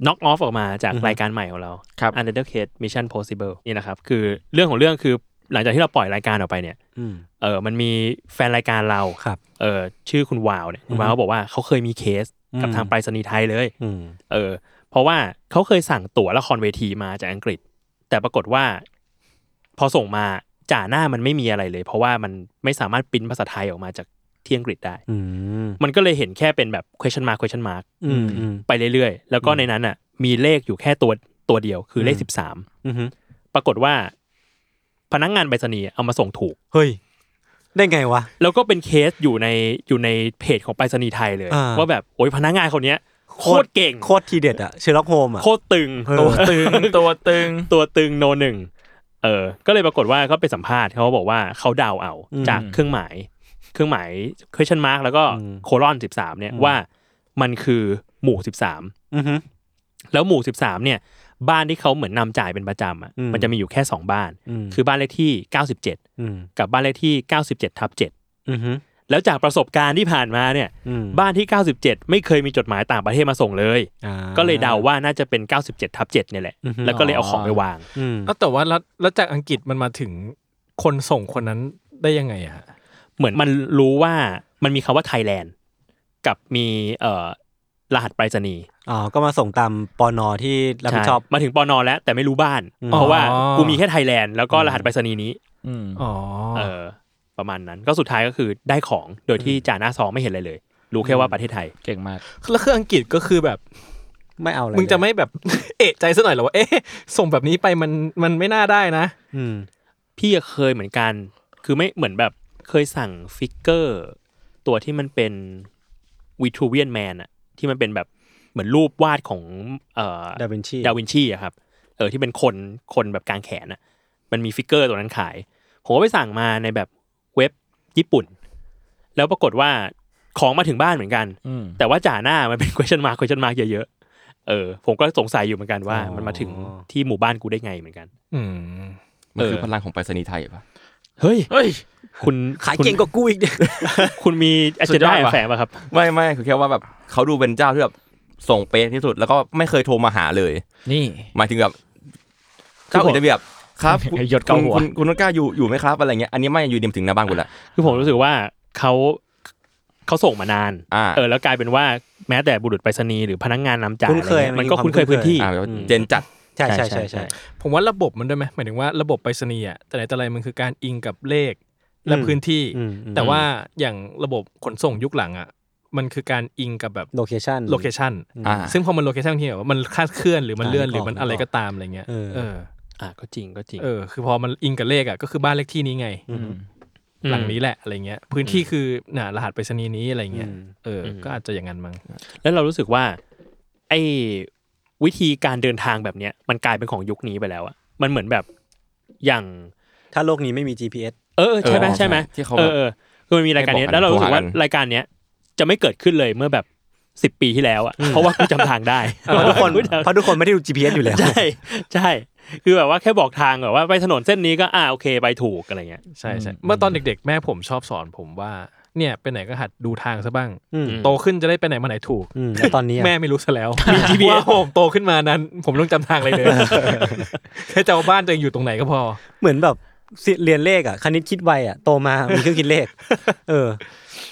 Speaker 3: น็อกออฟออกมาจากรายการใหม่ของเรา Under Case Mission Possible นี่นะครับ คือเรื่องของเรื่องคือหลังจากที่เราปล่อยรายการออกไปเนี่ย
Speaker 1: อืม
Speaker 3: เออมันมีแฟนรายการเรา
Speaker 1: ครับ
Speaker 3: เออชื่อคุณวาวเนี่ยคุณวาวเขาบอกว่าเขาเคยมีเคสกับ
Speaker 1: อืม
Speaker 3: ทางไปรษณีย์ไทยเลย
Speaker 1: อืม
Speaker 3: เออ เพราะว่าเขาเคยสั่งตั๋วละครเวทีมาจากอังกฤษ แต่ปรากฏว่า พอส่งมาจ่าหน้ามันไม่มีอะไรเลย เพราะว่ามันไม่สามารถปริ้นภาษาไทยออกมาจากที่อังกฤษได้
Speaker 1: อืม
Speaker 3: มันก็เลยเห็นแค่เป็นแบบ question mark question mark
Speaker 1: อืม อืม
Speaker 3: ไปเรื่อยๆ แล้วก็ในนั้นอ่ะ มีเลขอยู่แค่ตัวตัวเดียวคือเลข
Speaker 1: อืม
Speaker 3: สิบสาม
Speaker 1: อือฮึ
Speaker 3: ปรากฏว่า พนักงานไปรษณีย์เอามาส่งถูก
Speaker 1: เฮ้ย ได้ไงวะ
Speaker 3: แล้วก็เป็นเคสอยู่ในอยู่ในเพจของไปรษณีย์ไทยเลย
Speaker 1: อ่า
Speaker 3: ว่าแบบโอ้ยพนักงานคนเนี้ย โคตรเก่ง
Speaker 1: โคตรทีเด็ดอะเชอร์ล็อกโฮมอะ
Speaker 3: โคตรตึง
Speaker 1: เออ
Speaker 3: ตัว
Speaker 4: ๆตึงตัวตึง
Speaker 3: ตัวตึงโนหนึ่งเออ ก็เลยปรากฏว่าเขาไปสัมภาษณ์เขาบอกว่าเขาเดาเอาจากเครื่องหมาย เครื่องหมาย question mark แล้วก็โคลอนสิบสามเนี่ยว่ามันคือหมู่สิบสาม
Speaker 1: อือฮึ
Speaker 3: แล้วหมู่สิบสามเนี่ย บ้านที่เขาเหมือนนำจ่ายเป็นประจำอ่ะ
Speaker 1: อืม
Speaker 3: มันจะมีอยู่แค่สองบ้าน
Speaker 1: อืม
Speaker 3: คือบ้านเลขที่เก้าสิบเจ็ด
Speaker 1: อืม
Speaker 3: กับบ้านเลขที่เก้าสิบเจ็ดทับเจ็ด
Speaker 1: อือฮึ
Speaker 3: แล้วจากประสบการณ์ที่ผ่านมาเนี่ย
Speaker 1: อืม
Speaker 3: บ้านที่เก้าสิบเจ็ดไม่เคยมีจดหมายต่างประเทศมาส่งเลย
Speaker 1: อ่า
Speaker 3: ก็เลยเดาว่าน่าจะเป็นเก้าสิบเจ็ดทับเจ็ดเนี่ยแหละ
Speaker 1: อือฮึ
Speaker 3: แล้วก็เลยเอาของไปวาง
Speaker 1: อืม
Speaker 5: แล้วแต่ว่าแล้วแล้วจากอังกฤษมันมาถึงคนส่งคนนั้นได้ยังไงอะฮะ
Speaker 3: เหมือนมันรู้ว่ามันมีคำว่าไทยแลนด์กับมีเอ่อรหัสไปรษณีย์
Speaker 1: อ๋อ ก็มาส่งตามปอนอที่รับผิดชอบ
Speaker 3: ใช่มาถึงปอนอแล้ว แต่ไม่รู้บ้าน
Speaker 1: อืม
Speaker 3: เพราะว่ากูมีแค่ไทยแลนด์แล้วก็รหัสไปรษณีย์นี้
Speaker 4: อืม
Speaker 5: อ๋อ
Speaker 3: เออประมาณนั้นก็สุดท้ายก็คือได้ของโดยที่จ่าหน้าซองไม่เห็นอะไรเลย รู้แค่ว่าประเทศไทย
Speaker 4: เก่งมาก
Speaker 5: แล้วคืออังกฤษก็คือแบบ
Speaker 1: ไม่เอาเลย
Speaker 5: มึงจะไม่แบบ เอะใจซะหน่อยเหรอว่าเอ๊ะส่งแบบนี้ไปมันมันไม่น่าได้นะ
Speaker 1: อืม
Speaker 3: พี่เคยเหมือนกัน คือไม่เหมือนแบบเคยสั่งฟิกเกอร์ ตัวที่มันเป็นวิทูเวียนแมนอะที่มันเป็นแบบเหมือนรูปวาดของเอ่อ
Speaker 1: ดาวินชี
Speaker 3: ดาวินชีอะครับเออที่เป็นคนคนแบบกางแขนอะมันมีฟิกเกอร์ตัวนั้นขาย ผมก็ไปสั่งมาในแบบเว็บญี่ปุ่น แล้วปรากฏว่าของมาถึงบ้านเหมือนกัน
Speaker 4: อืม
Speaker 3: แต่ว่าจ่าหน้ามันเป็น question mark question mark เยอะๆ เ เออ ผมก็สงสัยอยู่เหมือนกันว่า
Speaker 1: อ๋อ
Speaker 3: มันมาถึงที่หมู่บ้านกูได้ไงเหมือนกัน
Speaker 5: อืม
Speaker 6: มันคือ
Speaker 3: เออ
Speaker 6: พลังของไปรษณีย์ไทยปะ
Speaker 3: เฮ้ย
Speaker 4: เฮ้ย
Speaker 3: คุณ
Speaker 1: ขายเก่งกว่ากูอีกเนี่ย
Speaker 3: คุณ มีอาจ
Speaker 4: สุด
Speaker 3: จะ
Speaker 4: ยอ
Speaker 3: ได้
Speaker 4: ดว่ะ
Speaker 3: แฝงป่ะครับ
Speaker 6: ไม่ไม่คือแค่ว่าแบบเขาดูเป็นเจ้าที่แบบส่งเป๊ะที่สุด แล้วก็ไม่เคยโทรมาหาเลย
Speaker 4: นี่
Speaker 6: หมายถึงแบบเจ้าอื่นจะแบบครับคุณ
Speaker 4: ไอ้หยดเกาหัว
Speaker 6: คุณคุณคุณต้นกล้าอยู่อยู่ไหมครับอะไรเงี้ยอันนี้ไม่อยู่ดิมถึงหน้าบ้านกูละ
Speaker 3: คือผมรู้สึกว่าเขาเขาส่งมานาน
Speaker 6: อ่า
Speaker 3: เออ แล้วกลายเป็นว่าแม้แต่บุรุษไปรษณีย์หรือพนักงานนำจ่าย
Speaker 1: คุ้นเคย
Speaker 3: อะไรงี้
Speaker 1: มั
Speaker 3: มัน น
Speaker 1: มี
Speaker 3: ก็
Speaker 1: ความ
Speaker 3: คุ้นเคย
Speaker 1: คุ้นเคย
Speaker 3: พื้นที่
Speaker 6: อ่าแบบเจนจัด
Speaker 1: ใช่ใช่ใช่ใช่
Speaker 5: ผมว่าระบบมันด้วยไหมหมายถึงว่าระบบไปรษณีย์อะแต่ไหนแต่ไรมันคือการอิงกับเลขและ
Speaker 1: อืม
Speaker 5: พื้นที่
Speaker 1: อืม
Speaker 5: แต่ว่าอย่างระบบขนส่งยุคหลังอ่ะมันคือการอิงกับแบบ
Speaker 1: โลเคชั่น
Speaker 5: โลเคชัน
Speaker 6: อ่า
Speaker 5: ซึ่งพอมันโลเคชันที่แบบว่ามันคลาดเคลื่อนหรือมันเลื่อน
Speaker 1: อ่า
Speaker 5: หรือมัน
Speaker 1: นึกออก
Speaker 5: อะไรก็ตามอะไรเงี้ย
Speaker 1: เออ
Speaker 5: เออ
Speaker 3: อ่าก็จริงก็จริง
Speaker 5: เออคือพอมันอิงกับเลขอ่ะก็คือบ้านเลขที่นี้ไง
Speaker 1: อืม
Speaker 5: หลังนี้แหละอะไรเงี้ย พื้นที่คือน่ะรหัสไปรษณีย์นี้อะไรเงี้ย
Speaker 1: อืม
Speaker 5: เอออ ก็อาจจะอย่างนั้นมั้ง
Speaker 3: แล้วเรารู้สึกว่า ไอ้วิธีการเดินทางแบบเนี้ยมันกลายเป็นของยุคนี้ไปแล้วอะมันเหมือนแบบอย่าง
Speaker 1: ถ้าโลกนี้ไม่มี GPS
Speaker 3: เออเออใช่ไหม
Speaker 6: เออ
Speaker 3: ใช่ไหม
Speaker 6: ที่เขา
Speaker 3: ออออคือมันมีรายการเนี้ย
Speaker 6: ให้บอกกัน
Speaker 3: แล้วเรารู้สึกว่า
Speaker 6: โทรหากัน
Speaker 3: รายการเนี้ยจะไม่เกิดขึ้นเลยเมื่อแบบสิบปีที่แล้วอะเพราะว่ากูจำทางได้
Speaker 1: เพราะทุกคน
Speaker 3: กูจำ
Speaker 1: เพราะทุกคนไม่ได้ดู GPS อยู่แล้ว
Speaker 3: ใช่ใช่ คือแบบว่าแค่บอกทางแบบว่าไปถนนเส้นนี้ก็อ่าโอเคไปถูกอะไรเงี้ย
Speaker 5: ใช่ใช่เมื่อตอนเด็กๆ แม่ผมชอบสอนผมว่า เนี่ยไปไหนก็หัดดูทางซะบ้าง
Speaker 1: อืม
Speaker 5: โตขึ้นจะได้ไปไหนมาไหนถูก
Speaker 1: อืมแล้วตอนนี้อะ
Speaker 5: แม่ไม่รู้ซะแล้ว มีทีว่าผมโตขึ้นมานั้น ผมไม่ต้องจำทางเลยเลย แค่จำว่าบ้านตัวเองอยู่ตรงไหนก็พอ
Speaker 1: เหมือนแบบเรียนเลขอ่ะคณิตคิดไวอ่ะโตมามีเครื่องคิดเลข เออ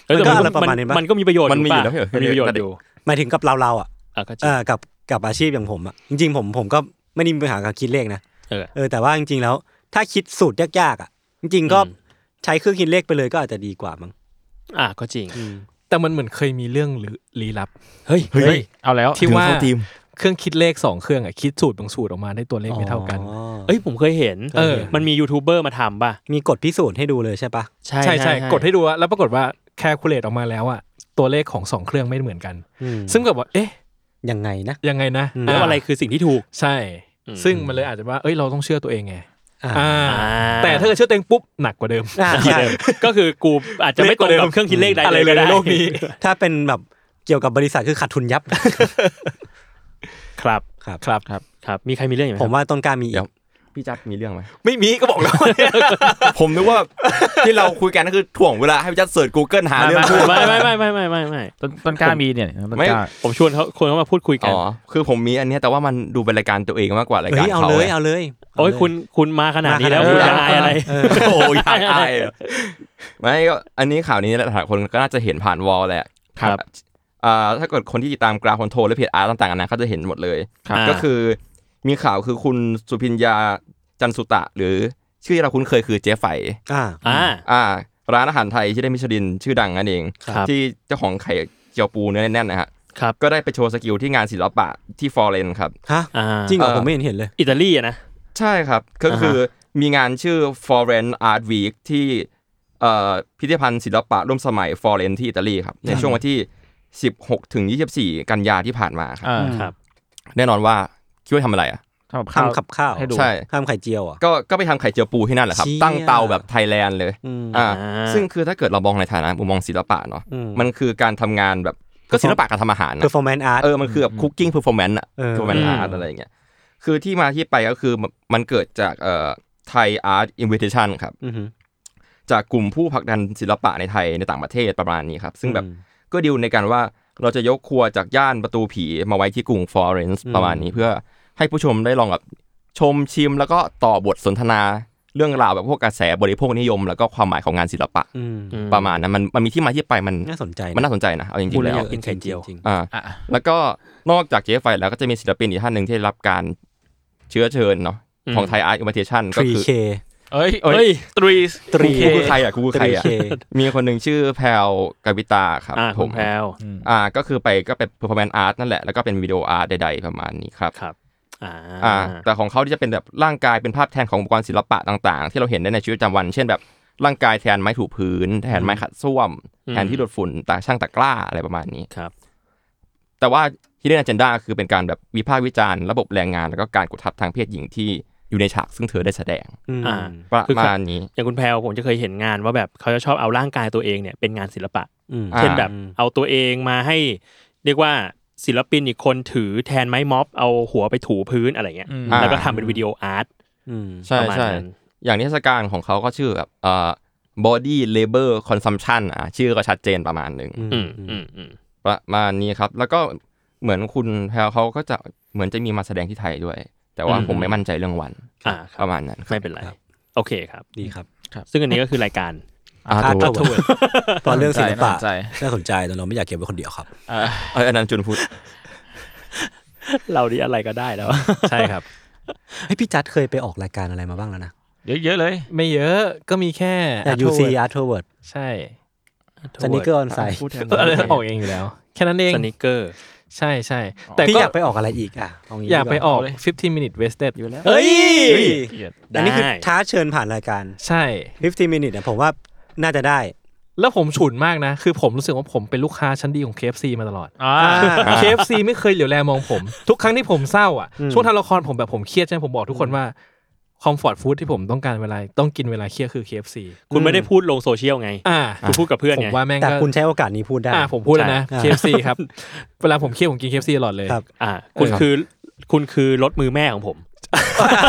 Speaker 3: เออ
Speaker 1: มัน
Speaker 3: แต่
Speaker 1: ก็อะไรประมาณนี้ปะ
Speaker 3: มันก็มีประโยชน์
Speaker 6: มันมีอยู่
Speaker 3: ปะ
Speaker 6: แล้วเหรอ
Speaker 3: มันมีประโยชน์อยู่
Speaker 1: หมายถึงกับเราเราๆอ่ะ
Speaker 3: อ่ะก็จ
Speaker 1: เอ
Speaker 3: ริง
Speaker 1: อกับกับอาชีพอย่างผมอ่ะจริงๆผมผมก็ไม่ได้มีปัญหากับคิดเลขนะ
Speaker 3: เออ
Speaker 1: เออแต่ว่าจริงๆแล้ว ถ้าคิดสูตรยากๆอ่ะจริงๆก็
Speaker 3: อืม
Speaker 1: ใช้เครื่องคิดเลขไปเลยก็อาจจะดีกว่ามั้ง
Speaker 3: อ่ะก็จริง
Speaker 5: แต่มันเหมือนเคยมีเรื่องลือลี้ลับ
Speaker 3: เฮ้ย
Speaker 6: เฮ้ย
Speaker 5: เอาแล้วที่ว่า
Speaker 6: ถึงเข้ทีม
Speaker 5: เครื่องคิดเลขสองเครื่องอ่ะคิดสูตรบางสูตรออกมาได้ตัวเลขไม่เท่ากัน
Speaker 1: อ๋อ
Speaker 3: เอ้ยผมเคยเห็น
Speaker 5: เออ
Speaker 3: มันมียูทูบเบอร์มาทำป่ะ
Speaker 1: มีกฎพิสูจน์ให้ดูเลยใช่ปะ
Speaker 3: ใช่
Speaker 5: ใช่ใช่กดให้ดูอะแล้วปรากฏว่าแคคูลเลตออกมาแล้วอ่ะตัวเลขของสองเครื่องไม่เหมือนกัน
Speaker 1: อืม
Speaker 5: ซึ่งแบบว่าเอ๊ะ
Speaker 1: ยังไงนะ
Speaker 5: ยังไงนะ
Speaker 1: อืม
Speaker 3: แล้วอะไรคือสิ่งที่ถูก
Speaker 5: ใช่
Speaker 3: อืม
Speaker 5: ซึ่งมันเลยอาจจะว่าเอ้ยเราต้องเชื่อตัวเองไง
Speaker 1: อ่า
Speaker 5: อ่า
Speaker 3: อ่
Speaker 5: แต่ถ้าเกิดเชื่อตัวเองปุ๊บหนักกว่าเดิม
Speaker 1: อ่า
Speaker 3: ใช่
Speaker 1: ใช่
Speaker 3: ก็คือกูอาจจะไม่ตรงกับเครื่องคิดเลขใด
Speaker 5: อะไร
Speaker 3: เลย
Speaker 5: เล
Speaker 3: ก็
Speaker 5: ยใน
Speaker 3: ได้
Speaker 5: โลกนี้
Speaker 1: ถ้าเป็นแบบเกี่ยวกับบริษัทคือขาดทุน ยับ
Speaker 3: ครับ
Speaker 1: ครับ
Speaker 5: ครับ
Speaker 3: ครับมีใครมีเรื่องอย่าง
Speaker 1: ผมว่าต้นกล้ามีอี
Speaker 6: เดี๋ย
Speaker 1: ก
Speaker 6: ว พี่จับมีเรื่องไหม
Speaker 5: ไม่มีก็บอกแล้ว
Speaker 6: ผมนึกว่า ที่เราคุยกันนั่นคือถ่วงเวลาให้พี่จัดเสิร์ช Google หาเรื่อง
Speaker 4: มา
Speaker 3: ไม่ไม่ไม่ไม่ไม่ไม่ไม่
Speaker 4: ต้นต้นกล้ามีเนี่ยต้น
Speaker 6: ไม่
Speaker 4: กล้า
Speaker 3: ผมชวนเขาคนเขามาพูดคุยกัน
Speaker 6: อ๋อคือผมมีอันเนี้ยแต่ว่ามันดูเป็นรายการตัวเองมากกว่ารายกา
Speaker 1: เฮ้
Speaker 6: ร
Speaker 1: ยเอา
Speaker 6: เขา
Speaker 1: เลย
Speaker 6: อะ
Speaker 1: เอาเลย
Speaker 3: โอ้ย
Speaker 1: เาเล
Speaker 3: คุณคุณมาขนาดนี้แล้ว
Speaker 1: มาขนาด
Speaker 3: คุณจะอายอะไร
Speaker 6: โอ้ยอยากอายอะไม่ก็อันนี้ข่าวนี้หลายๆคนก็น่าจะเห็นผ่านวอลแหละ
Speaker 3: ครับ
Speaker 6: อ่าถ้าเกิดคนที่ติดตามกราฟคอนโทรและเพจอาร์ตต่างๆนะเขาจะเห็นหมดเลย
Speaker 3: รับ
Speaker 6: ก็คือมีข่าวคือคุณสุพิญญาจันสุตะ หรือชื่อที่เราคุ้นเคยคือเจ๊ไฝ
Speaker 1: อ่า
Speaker 3: อ่า
Speaker 6: อ่าร้านอาหารไทยที่ได้มิชลินชื่อดังนั่นเอง
Speaker 3: ครับ
Speaker 6: ที่เจ้าของไข่เจียวปูเนื้อแน่นๆนะฮะ
Speaker 3: ครับ
Speaker 6: ก็ได้ไปโชว์สกิลที่งานศิลปะที่ฟอร์เรนครับ
Speaker 1: ฮะ
Speaker 3: อ่า
Speaker 1: จริงเหรอ
Speaker 6: เออ
Speaker 1: ผมไม่เห็นเห็นเลย
Speaker 3: อิตาลีอะนะ
Speaker 6: ใช่ครับ ก็คือมีงานชื่อ Foreign Art Week ที่เอ่อพิพิธภัณฑ์ศิลปะร่วมสมัยฟอร์เรนที่อิตาลีครับ ในช่วงวันที่ 16ถึง24 กันยาที่ผ่านมาครับ
Speaker 4: อ่า
Speaker 3: ครับ
Speaker 6: แน่นอนว่าคิดว่าทำอะไรอ่ะ
Speaker 4: ทำ
Speaker 1: ทำ
Speaker 4: กับข้าว
Speaker 1: กับข้าว
Speaker 4: ให้ดู
Speaker 6: ใช่
Speaker 1: ห้ามไข่เจียวอ่ะ
Speaker 6: ก็ก็ไปทำไข่เจียวปูที่นั่นแหละครับ
Speaker 1: เชี่ย
Speaker 6: ตั้งเตาแบบไทยแลนด์เลย
Speaker 1: อืม
Speaker 6: อ่า
Speaker 3: อ่า
Speaker 6: ซึ่งคือถ้าเกิดเรามองในฐานะมุมมองศิลปะเนาะ
Speaker 1: อืม
Speaker 6: มันคือการทำงานแบบก็ศิลปะการทำอาหารนะ
Speaker 1: performance art
Speaker 6: เออ มันคือแบบคุกกิ้งเพอร์ฟอร์แมนซ์อะ
Speaker 1: เออ
Speaker 6: เพอร์แมนอาร์ตอะไรอย่างเงี้ย คือที่มาที่ไปก็คือมันมันเกิดจากเอ่อไทยอาร์ตอินเวทชันครับ
Speaker 1: อหือ
Speaker 6: จากกลุ่มผู้ผลักดันศิลปะในไทยในต่างประเทศประมาณนี้ครับ ซึ่งแบบ
Speaker 1: อืม
Speaker 6: ก็ดิวในการว่าเราจะยกครัวจากย่านประตูผีมาไว้ที่กรุงฟลอเรนซ์ประมาณนี้เพื่อให้ผู้ชมได้ลองแบบชมชิมแล้วก็ต่อบทสนทนาเรื่องราวแบบพวกกระแสบริโภคนิยม แล้วก็ความหมายของงานศิลปะ
Speaker 1: อืม
Speaker 6: ประมาณนั้นมันมันมีที่มาที่ไปมัน
Speaker 1: น่าสนใจ
Speaker 6: มันน่าสนใจนะเอาจริงๆแล้ว
Speaker 1: กินไข่เจียวจริง
Speaker 6: อ่า
Speaker 4: อ่ะ
Speaker 6: แล้วก็นอกจากเจฟไฟแล้วก็จะมีศิลปินอีกท่านหนึ่งที่ได้รับการเชื้อเชิญเนาะ
Speaker 3: อืม
Speaker 6: ของไทยอาร์ตอินเวทชันก็คือ
Speaker 1: 3K
Speaker 4: เอ้ย
Speaker 6: เอ้ย
Speaker 4: เอ้ยตรี
Speaker 1: ตรี
Speaker 6: กูคือใครอ่ะกูคือใครอ่ะ
Speaker 1: 3K
Speaker 6: มีคนหนึ่งชื่อแพลวกวิตาครับ
Speaker 3: อ่า
Speaker 6: ผ
Speaker 3: คุณ
Speaker 6: ม
Speaker 3: แพลว
Speaker 6: อ่าก็คือไปก็เป็นเพอร์ฟอร์แมนซ์อาร์ตนั่นแหละ แล้วก็เป็นวิดีโออาร์ตใดๆประมาณนี้ครับ
Speaker 3: ครับ อ่า
Speaker 6: อ่าแต่ของเขาที่จะเป็นแบบร่างกายเป็นภาพแทนของอุปกรณ์ศิลปะต่างๆ ที่เราเห็นได้ในชีวิตประจำวัน เช่นแบบร่างกายแทนไม้ถูพื้น แทนไม้ขัดส้วม
Speaker 3: อืม
Speaker 6: แทนที่ดูดฝุ่นตาช่างตะกร้าอะไรประมาณนี้
Speaker 3: ครับ
Speaker 6: แต่ว่า hidden agenda คือเป็นการแบบวิพากษ์วิจารณ์ระบบแรงงาน แล้วก็การกดทับทางเพศหญิงที่อยู่ในฉากซึ่งเธอได้แสดง
Speaker 1: อืม
Speaker 3: อ่า
Speaker 6: ประมาณนี้
Speaker 3: อย่างคุณแพลวผมจะเคยเห็นงานว่าแบบเขาจะชอบเอาร่างกายตัวเองเนี่ยเป็นงานศิลปะ
Speaker 1: อืม
Speaker 6: อ่า
Speaker 3: เช่นแบบเอาตัวเองมาให้ เรียกว่า ศิลปินอีกคนถือแทนไม้ม็อบเอาหัวไปถูพื้นอะไรเงี้ย
Speaker 4: อืม
Speaker 3: แล้วก็ทำเป็นวิดีโออาร์ต
Speaker 6: ใช่
Speaker 3: ประมาณ
Speaker 6: ใช่
Speaker 3: นั้น
Speaker 6: อย่างนิทรรศการของเขาก็ชื่อแบบเอ่อ body labor consumption อ่ะชื่อก็ชัดเจนประมาณหนึ่ง
Speaker 3: อืมอืมอืม
Speaker 6: ประมาณนี้ครับ แล้วก็เหมือนคุณแพลวเขาก็จะเหมือนจะมีมาแสดงที่ไทยด้วย แต่ว่าผมไม่มั่นใจเรื่องวัน
Speaker 3: อ่าค
Speaker 6: ป
Speaker 3: รับ
Speaker 6: ระมาณนั้น
Speaker 3: ไม่เป็นไร โอเคครับ
Speaker 1: ดีครับ
Speaker 3: ซึ่งอันนี้ก็คือรายการ
Speaker 6: อาถูก
Speaker 1: ถูกตอนเรื่องศิลปะ
Speaker 4: ใช่
Speaker 1: น่าสนใจแต่เราไม่อยากเก็บไว้คนเดียวครับ
Speaker 4: เออ
Speaker 6: เอออันนั้นจุนพูด
Speaker 3: เรานี่อะไรก็ได้แล้ว
Speaker 5: ใช่ครับ
Speaker 1: เฮ้ยพี่จัดเคยไปออกรายการอะไรมาบ้างแล้วนะ
Speaker 4: เยอะๆเลย
Speaker 5: ไม่เยอะก็มีแค่
Speaker 1: แต่
Speaker 5: Artwork
Speaker 1: UC Art Forward
Speaker 5: ใช่
Speaker 1: สนิเกอร์ออนไซด์
Speaker 3: พูดแทน
Speaker 5: เออออกเองอยู่แล้ว แค่นั้นเอง
Speaker 3: สนิเกอร์
Speaker 5: ใช่ใช่แต่
Speaker 1: พี่
Speaker 5: ก็
Speaker 1: อยากไปออกอะไรอีกอ่ะเงี้
Speaker 5: อยากไปออก
Speaker 4: เอาเลย
Speaker 5: 15 minute wasted อยู่แล้ว
Speaker 1: เอ้ย
Speaker 3: ได้
Speaker 1: อันนี้คือท้าเชิญผ่านรายการ
Speaker 5: ใช่
Speaker 1: 15 minute เนี่ยผมว่าน่าจะได้
Speaker 5: แล้วผมฉุนมากนะ คือผมรู้สึกว่าผมเป็นลูกค้าชั้นดีของ KFC มาตลอด
Speaker 4: อ่า
Speaker 5: KFC ไม่เคยเหลียวแลมองผม ทุกครั้งที่ผมเศร้าอ่ะ
Speaker 1: อืม
Speaker 5: ช่วงทำละครผมแบบผมเครียดใช่ไหมผมบอกทุกคนว่าคอมฟอร์ตฟู้ดที่ผมต้องการเวลาต้องกินเวลาเครียดคือ KFC
Speaker 3: คุณไม่ได้พูดลงโซเชียลไง
Speaker 5: อ่า
Speaker 3: คุณพูดกับเพื่อน
Speaker 5: ผม
Speaker 3: ไง
Speaker 5: ว่าแม่ง
Speaker 1: แต่
Speaker 5: ก็
Speaker 1: คุณใช้โอกาสนี้พูดได้
Speaker 5: อ่าผมพูดแล้วนะ
Speaker 1: ใช่
Speaker 5: KFC ครับ เวลาผมเครียดผมกิน KFC ตลอดเลย
Speaker 1: ครับ
Speaker 3: อ่า คุณคือ คุณคือรถมือแม่ของผม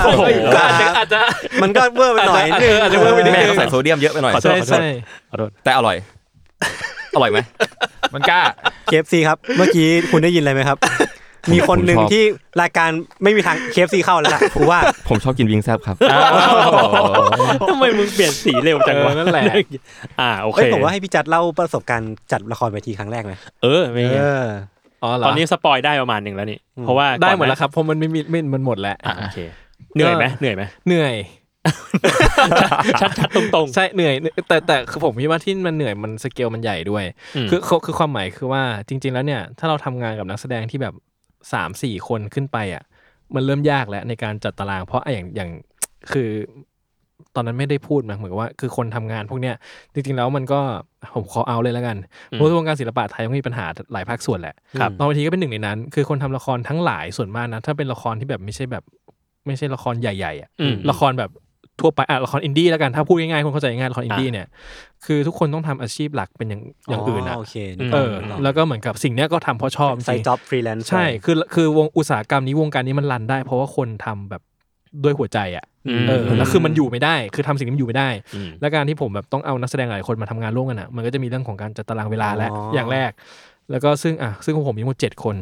Speaker 5: โอ้โห
Speaker 1: ครับ
Speaker 5: อาจจะอาจจะ
Speaker 1: มันก็เวอร์ไปหน่อยนึง
Speaker 5: อาจจะเวอร์ไปนิด
Speaker 6: แม่
Speaker 5: นึง
Speaker 6: ก็ใส่โซเดียมเยอะไปหน่อย
Speaker 3: ขอโทษ
Speaker 5: ใช่ใช่
Speaker 6: แต่อร่อย อร่อยไหม
Speaker 4: มันกล้า
Speaker 1: เคฟซีครับ เมื่อกี้คุณได้ยินอะไรไหมครับ มีคนหนึ่ง
Speaker 6: ผมชอบ
Speaker 1: ที่รายการไม่มีทางเคฟซีเข้าแล้วล่ะ กูว่า
Speaker 6: ผมชอบกินวิงแซบครับ
Speaker 3: ทำไมมึงเปลี่ยนสีเร็วจังวะ
Speaker 5: เออนั่นแหละ
Speaker 3: อ่าโอเค
Speaker 1: เอ้ยผมว่าให้พี่จัดเล่าประสบการณ์จัดละครเวทีครั้งแรกไหม
Speaker 3: เออไม่ไง
Speaker 1: เออ
Speaker 5: อ๋อเหรอ
Speaker 3: ตอนนี้สปอยได้ประมาณหนึ่งแล้วนี่ เพราะว่า
Speaker 5: ได้
Speaker 3: ก่อน
Speaker 5: หมดแล้วครับเพราะมันไม่มีไม่มันหมดแล้ว
Speaker 3: อ่าโอเคเหนื่อยไหม
Speaker 5: ก็
Speaker 3: เหนื่อยไหม
Speaker 5: เหนื่อย
Speaker 3: ชัดชัดตรงตรง
Speaker 5: ใช่เหนื่อยแต่แต่คือผมคิดว่าที่มันเหนื่อยมันสเกลมันใหญ่ด้วย
Speaker 3: อืม
Speaker 5: คือคือคือความหมายคือว่าจริง ๆ แล้วเนี่ย ถ้าเราทำงานกับนักแสดงที่แบบสามสี่คนขึ้นไปอ่ะมันเริ่มยากแล้วในการจัดตาราง เพราะอะอย่างอย่างคือตอนนั้นไม่ได้พูดนะเหมือนกับว่าคือคนทำงานพวกเนี้ยจริง ๆ แล้วมันก็ผมขอเอาเลยแล้วกันเพราะว่าวงการศิลปะไทยมันก็มีปัญหาหลายภาคส่วนแหละ
Speaker 3: ครับ
Speaker 5: ตอนทีก็เป็นหนึ่งในนั้น คือคนทำละครทั้งหลายส่วนมากนะถ้าเป็นละครที่แบบไม่ใช่แบบไม่ใช่ละครใหญ่ๆอ่ะ
Speaker 3: อืม
Speaker 5: ละครแบบทั่วไปอ่ะละครอินดี้แล้วกันถ้าพูดง่ายๆคนเข้าใจง่ายละครอินดี้
Speaker 3: อ่ะ
Speaker 5: เนี่ยคือทุกคนต้องทำอาชีพหลักเป็นอย่างอย่างอื่นอ่ะ
Speaker 1: โอเค
Speaker 5: เออแล้วก็เหมือนกับสิ่งเนี้ยก็ทำเพราะชอบจ
Speaker 1: ใส่
Speaker 5: ริง
Speaker 1: จ็อบฟรีแลนซ์
Speaker 5: ใช่คือคือวงอุตสาหกรรมนี้วงการนี้มันรันได้ เพราะว่าคนทำแบบด้วยหัวใจอ่ะเออแล้วคือมันอยู่ไม่ได้ คือทำสิ่งนี้มันอยู่ไม่ได้
Speaker 3: ม
Speaker 5: และการที่ผมแบบต้องเอานักแสดงหลายคนมาทำงานร่วมกันอ่ะมันก็จะมีเรื่องของการจัดตารางเวลาและอย่างแรก แล้วก็ซึ่งอ่ะซึ่งของผมมีทั้งหมดเจ็ดคน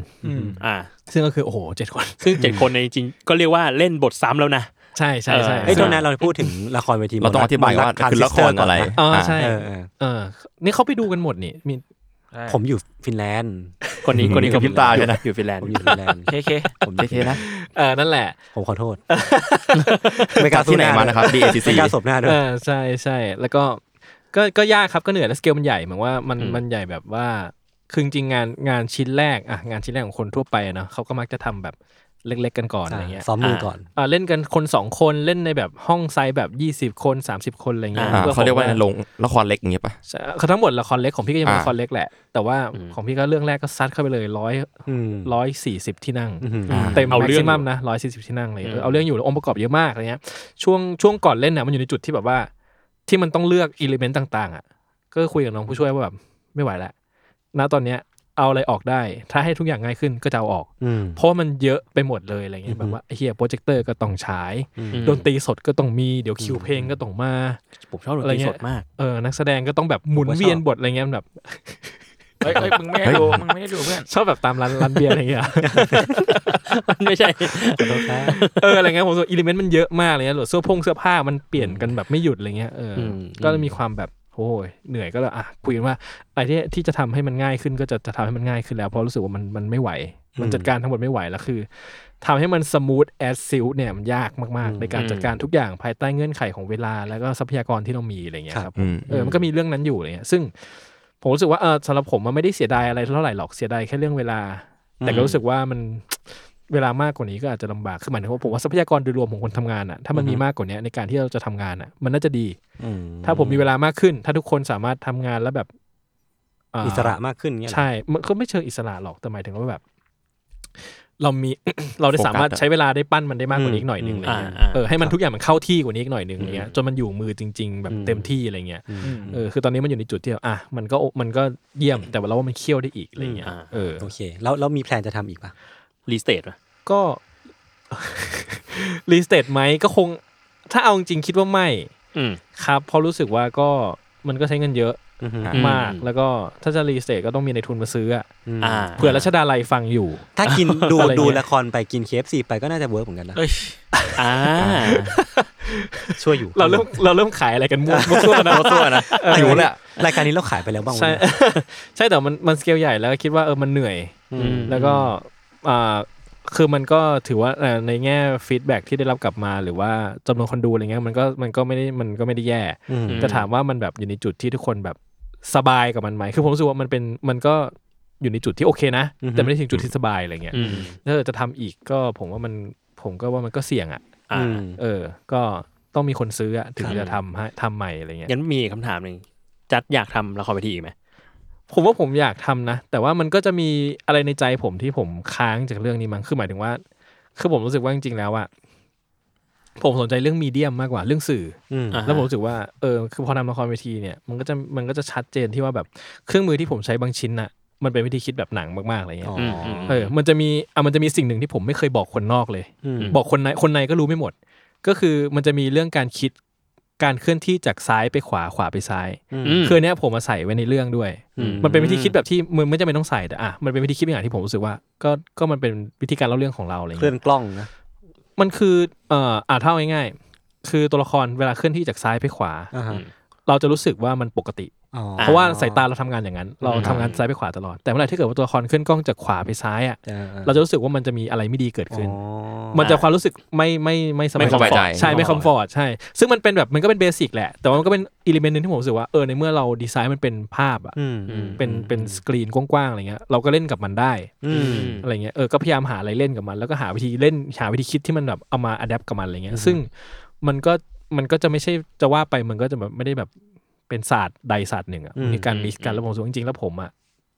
Speaker 3: อ่า
Speaker 5: ซึ่งก็คือโอ้โหเจ็ดคน
Speaker 3: ซึ่งเจ็ดคนในจริงๆก็เรียกว่าเล่นบทซ้ำแล้วนะ
Speaker 5: ใช่ใช่ใช่
Speaker 1: ไอ้ยโทษนะเราพูดถึงละครเวที
Speaker 6: เราต้องอธิบายว่าคือละครอะไร
Speaker 5: อ๋อใช่
Speaker 1: เออเออ
Speaker 5: เออนี่เขาไปดูกันหมดนี่มี
Speaker 1: ผมอยู่ฟินแลนด์
Speaker 3: คนนี้คนนี้
Speaker 6: กับพิมตาด้วยนะ
Speaker 3: อยู่ฟินแลนด์
Speaker 1: ผมอยู่ฟินแลนด์
Speaker 4: เคเค
Speaker 6: ผมเจเคนะ
Speaker 5: เออนั่นแหละ
Speaker 1: ผมขอโท ษ
Speaker 6: จากที่ไหนมานะครับ DACC
Speaker 1: ไม่กล้าสบหน้าด้ว
Speaker 5: เอย อใช่ใช่แล้วก็ก็ก็ยากครับก็เหนื่อยและสเกลมันใหญ่เหมือนว่ามันมันใหญ่แบบว่าคือจริงๆงานงานชิ้นแรกอ่ะงานชิ้นแรกของคนทั่วไปอะเนาะเขาก็มักจะทำแบบเล็ก ๆ กันก่อนอะไรเงี้ย
Speaker 1: ซ้อมมือก่อน
Speaker 5: อ่ะเล่นกันคน 2 คนเล่นในแบบห้องไซส์แบบ 20 คน 30 คนอะไรเงี้ย
Speaker 6: อ่า
Speaker 5: พื่อ
Speaker 6: เขาเรียกว่า
Speaker 5: ผม
Speaker 6: ลงละครเล็กอย่างเงี้ยป่ะ
Speaker 5: ใช่เขาทั้งหมดละครเล็กของพี่ก็ยังเป็น
Speaker 6: อ่า
Speaker 5: ละครเล็กแหละ แต่ว่าของพี่ก็เรื่องแรกก็ซัดเข้าไปเลยร้อย
Speaker 1: อืม
Speaker 5: ร้อยสี่สิบที่นั่ง
Speaker 3: อ่า
Speaker 5: เต็ม
Speaker 3: เอา
Speaker 5: แม็ก
Speaker 3: เรื่อ
Speaker 5: ซิ
Speaker 3: ง
Speaker 5: มัมนะร้อยสี่สิบที่นั่งเลย
Speaker 3: อืม
Speaker 5: เอาเรื่องอยู่แล้วองค์ประกอบเยอะมากอะไรเงี้ยช่วงช่วงก่อนเล่นน่ะมันอยู่ในจุดที่แบบว่า ที่มันต้องเลือกอิเลเมนต์ต่าง ๆ อ่ะ ก็คุยกับน้องผู้ช่วยว่าแบบไม่ไหวละณตอนเนี้ยเอาอะไรออกได้ ถ้าให้ทุกอย่างง่ายขึ้นก็จะเอาออก
Speaker 1: อืม
Speaker 5: เพราะมันเยอะไปหมดเลยอะไรเงี้ยแบบว่าไอ้เฮียโปรเจคเตอร์ก็ต้องฉาย
Speaker 3: อืม
Speaker 5: ดนตรีสดก็ต้องมีเดี๋ยวคิวเพลงก็ต้องมา
Speaker 3: ผมชอบดนตรีสดมาก
Speaker 5: เออนักแสดงก็ต้องแบบหมุนเวียนบทอะไรเงี้ยมันแบบ
Speaker 4: เฮ้ยเฮ้ยมึงไม่ได้ดูมึงไม่ได้ดูเพื่อน
Speaker 5: ชอบแบบตามร้านร้านเบียร์อะไรเงี้ย
Speaker 3: มันไม่ใช่
Speaker 5: เอออะไรเงี้ยผมรู้สึกอิเลเมนต์มันเยอะมากเลยนะหรือเสื้อพงเสื้อผ้ามันเปลี่ยนกันแบบไม่หยุดอะไรเงี้ยเอออ
Speaker 3: ม
Speaker 5: ก็มีความแบบโอ้ยเหนื่อยก็เลยอ่ะคุยกันว่าอะไรที่ที่จะทำให้มันง่ายขึ้นก็จะจะทำให้มันง่ายขึ้นแล้วเพราะรู้สึกว่ามันมันไม่ไหว มันจัดการทั้งหมดไม่ไหวแล้วคือทำให้มันสมูทแอดซิลเนี่ยมันยากมากๆ ในการจัดการทุกอย่างภายใต้เงื่อนไขของเวลาแล้วก็ทรัพยากรที่เรามีอะไรเงี้ยครับ
Speaker 6: อืม
Speaker 5: เออ มันก็มีเรื่องนั้นอยู่อะไรเงี้ย ซึ่งผมรู้สึกว่า เออสำหรับผมมันไม่ได้เสียดายอะไรเท่าไหร่หรอก เสียดายแค่เรื่องเวลา แต่ก็รู้สึกว่ามัน เวลามากกว่านี้ก็อาจจะลำบาก คือหมายถึงว่าผมว่าทรัพยากรโดยรวมของคนทำงานอ่ะ ถ้ามันมีมากกว่านี้ในการที่เราจะทำงานอ่ะ มันน่าจะดี ถ้าผมมีเวลามากขึ้น ถ้าทุกคนสามารถทำงานแล้วแบบเ
Speaker 1: อิสระมากขึ้นเงี้ยเหรอ
Speaker 5: ใช่ มันก็ไม่เชิงอิสระหรอก แต่หมายถึงว่าแบบ เรามี เราได้
Speaker 6: โฟกัส
Speaker 5: สามารถ
Speaker 6: อะ
Speaker 5: ใช้เวลาได้ปั้นมันได้มากกว่านี้อีกหน่อยหนึงอะไรเงี้ย
Speaker 3: อ่าอ่า
Speaker 5: เออให้มันทุกอย่างมันเข้าที่กว่านี้อีกหน่อยหนึง
Speaker 3: อืม
Speaker 5: เงี้ยจนมันอยู่มือจริง ๆ แบบ
Speaker 3: อืม
Speaker 5: เต็มที่อะไรเงี้ย
Speaker 4: อืม
Speaker 5: เออคือตอนนี้มันอยู่ในจุดที่แบบอ่ะมันก็มันก็เยี่ยมแต่ว่าเราว่ามันเคี่ยวได้อีกอะไรเงี้ย
Speaker 3: อืมอ่า
Speaker 5: เออ
Speaker 1: โอเค แล้วแล้วมีแพลนจะทำอีกปะ
Speaker 3: รีสเตทป่ะ
Speaker 5: ก็ รีสเตทไหมก็คง ถ้าเอาจริงๆคิดว่าไม่
Speaker 3: อืม
Speaker 5: ครับเพราะรู้สึกว่าก็มันก็ใช้เงินเยอะ
Speaker 1: อือฮึ
Speaker 5: มาก แล้วก็ถ้าจะรีสเตทก็ต้องมีในทุนมาซื้ออะ
Speaker 3: อ่า
Speaker 5: เผื่อรัชดาลัยฟังอยู่
Speaker 1: ถ้ากินดู
Speaker 5: อะไรเงี้ย
Speaker 1: ดูละครไปกินเคฟซีไปก็น่าจะเวิร์กเหมือนกันนะ
Speaker 4: เอ้ย
Speaker 3: อ่า
Speaker 1: ช่วยอยู่
Speaker 5: เราเริ่มเราเริ่มขายอะไรกันมั่วมั่วซั่วนะมั่วซั่วนะ
Speaker 1: หิวเนี่ยรายการนี้เราขายไปแล้วบ้างวะ
Speaker 5: ใช่
Speaker 1: เนี่ย
Speaker 5: ใช่แต่มันมันสเกลใหญ่แล้วก็คิดว่าเออมันเหนื่อย
Speaker 3: ม
Speaker 5: แล้วก็อ่าคือมันก็ถือว่าเอ่อในแง่ฟีดแบ็กที่ได้รับกลับมาหรือว่าจำนวนคนดูอะไรเงี้ยมันก็มันก็ไม่ได้มันก็ไม่ได้แย่
Speaker 1: อืม
Speaker 5: แต่ถามว่ามันแบบอยู่ในจุดที่ทุกคนแบบสบายกับมันไหมคือผมรู้สึกว่ามันเป็นมันก็อยู่ในจุดที่โอเคนะ
Speaker 1: อือฮึ
Speaker 5: แต่ไม่ได้ถึงจุดที่สบายอะไรเงี้ย
Speaker 3: อืม
Speaker 5: ถ้าเกิดจะทำอีกก็ผมว่ามันผมก็ว่ามันก็เสี่ยงอ่ะ
Speaker 3: อ่า
Speaker 1: อืม
Speaker 5: เออ ก็ต้องมีคนซื้ออะถึงจะทำให้ทำใหม่อะไรเงี้ย
Speaker 3: งั้นมีคำถามหนึ่งจัดอยากทำละครเวทีอีกไหม
Speaker 5: ผมว่าผมอยากทำนะ แต่ว่ามันก็จะมีอะไรในใจผมที่ผมค้างจากเรื่องนี้มั้งคือหมายถึงว่า คือผมรู้สึกว่าจริงๆแล้วอะผมสนใจเรื่องมีเดียมมากกว่าเรื่องสื่ออ
Speaker 1: ม
Speaker 5: แล้วผมรู้สึกว่าเออคือพอนำละครเวทีเนี่ยมันก็จะมันก็จะชัดเจนที่ว่าแบบเครื่องมือที่ผมใช้บางชิ้นอะมันเป็นวิธีคิดแบบหนังมากๆอะไรเงี้ย
Speaker 1: อ๋ออ
Speaker 5: เออมันจะมีอ่ะมันจะมีสิ่งหนึ่งที่ผมไม่เคยบอกคนนอกเลย
Speaker 1: อืม
Speaker 5: บอกคนในคนในก็รู้ไม่หมด ก็คือมันจะมีเรื่องการคิดการเคลื่อนที่จากซ้ายไปขวาขวาไปซ้าย
Speaker 3: อืม
Speaker 5: คืออนเนี้ยผมมาใส่ไว้ในเรื่องด้วย
Speaker 1: อืม
Speaker 5: มันเป็นวิธีคิดแบบที่มึงไม่จำเป็นต้องใส่แต่อ่ะมันเป็นวิธีคิดอย่างที่ผมรู้สึกว่า ก็ก็มันเป็นวิธีการเล่าเรื่องของเราอะไร
Speaker 1: เคลื่อ
Speaker 5: เงี้
Speaker 1: น
Speaker 5: ย
Speaker 1: กล้องนะ
Speaker 5: มันคือเอ่ออ่ะเท่าง่ายๆคือตัวละครเวลาเคลื่อนที่จากซ้ายไปขวา
Speaker 1: อ่าฮะ
Speaker 5: เราจะรู้สึกว่ามันปกติ
Speaker 1: อ๋อ
Speaker 5: เพราะว่าสายตาเราทำงานอย่างนั้น เราทำงานซ้ายไปขวาตลอดแต่เมื่อไหร่ที่เกิดว่าตัวละครเคลื่อนกล้องจากขวาไปซ้ายอ่ะ
Speaker 1: ออออ
Speaker 5: เราจะรู้สึกว่ามันจะมีอะไรไม่ดีเกิดขึ้น
Speaker 1: อ๋อ
Speaker 5: มันจะความรู้สึกไม่ไม่ไม่สบาย
Speaker 6: ไม่สบายใจ
Speaker 5: ใช่ไม่คอมฟอร์ตใช่ ซึ่งมันเป็นแบบมันก็เป็นเบสิกแหละ แต่ว่ามันก็เป็นอิเลเมนต์นึงที่ผมรู้สึกว่าเออในเมื่อเราดีไซน์มันเป็นภาพอ่ะ
Speaker 1: อืมอืม
Speaker 5: เป็นเป็นสกรีนกว้างๆอะไรเงี้ยเราก็เล่นกับมันได้
Speaker 1: อืม
Speaker 5: อะไรเงี้ยเออก็พยายามหาอะไรเล่นกับมัน แล้วก็หาวิธีเล่นหาวิธีคิดที่มันแบบเอามาอัดแอปกับมันอะไรเงี้ยซึ่งมันก็มันก็จะไม่ใช่จะว่าไปมันก็จะแบบไม่ได้แบบเป็นศาสตร์ใดศาสตร์หนึ่งอ่ะมันมีการมิกกันแล้วผมรู้สึกว่าจริงๆแล้วผมอ่ะ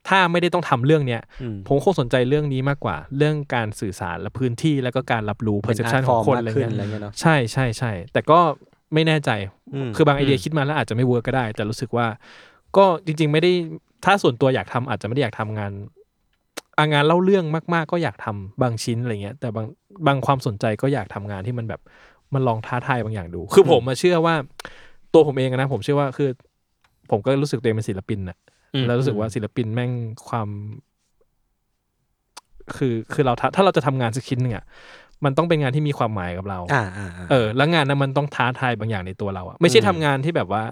Speaker 5: ถ้าไม่ได้ต้องทำเรื่องเนี้ย
Speaker 1: อืม
Speaker 5: ผมคงสนใจเรื่องนี้มากกว่า เรื่องการสื่อสารและพื้นที่แล้วก็การรับรู้
Speaker 1: เป็น
Speaker 5: perception
Speaker 1: art
Speaker 5: ของค
Speaker 1: form
Speaker 5: นอะไร
Speaker 1: มากขึ้
Speaker 5: เงี้
Speaker 1: นอะไรเงี้ย
Speaker 5: ย
Speaker 1: เนอะ
Speaker 5: ใช่ใช่ใช่แต่ก็ไม่แน่ใจ
Speaker 1: อืม
Speaker 5: คือบางไอเดียคิดมาแล้วอาจจะไม่เวิร์กก็ได้ แต่รู้สึกว่า ก็จริง ๆ ไม่ได้ถ้าส่วนตัวอยากทำอาจจะไม่ได้อยากทำงานอางานเล่าเรื่องมาก ๆ ก็อยากทำบางชิ้นอะไรเงี้ย แต่บางบางความสนใจก็อยากทำงานที่มันแบบมันลองท้าทายบางอย่างดู คือผมมาเชื่อว่า ตัวผมเองอะนะผมเชื่อว่าคือ ผมก็รู้สึกตัวเองเป็นศิลปินน่ะ
Speaker 3: อืม
Speaker 5: แล้วรู้สึกว่าศิลปินแม่งความ คือคือเราถ้าถ้าเราจะทำงานสักชิ้นหนึ่งอ่ะมันต้องเป็นงานที่มีความหมายกับเรา
Speaker 1: อ่าอ่าอ่า
Speaker 5: เออ แล้วงานนั้นมันต้องท้าทายบางอย่างในตัวเราอะไม่ใช่ทำงานที่แบบว่า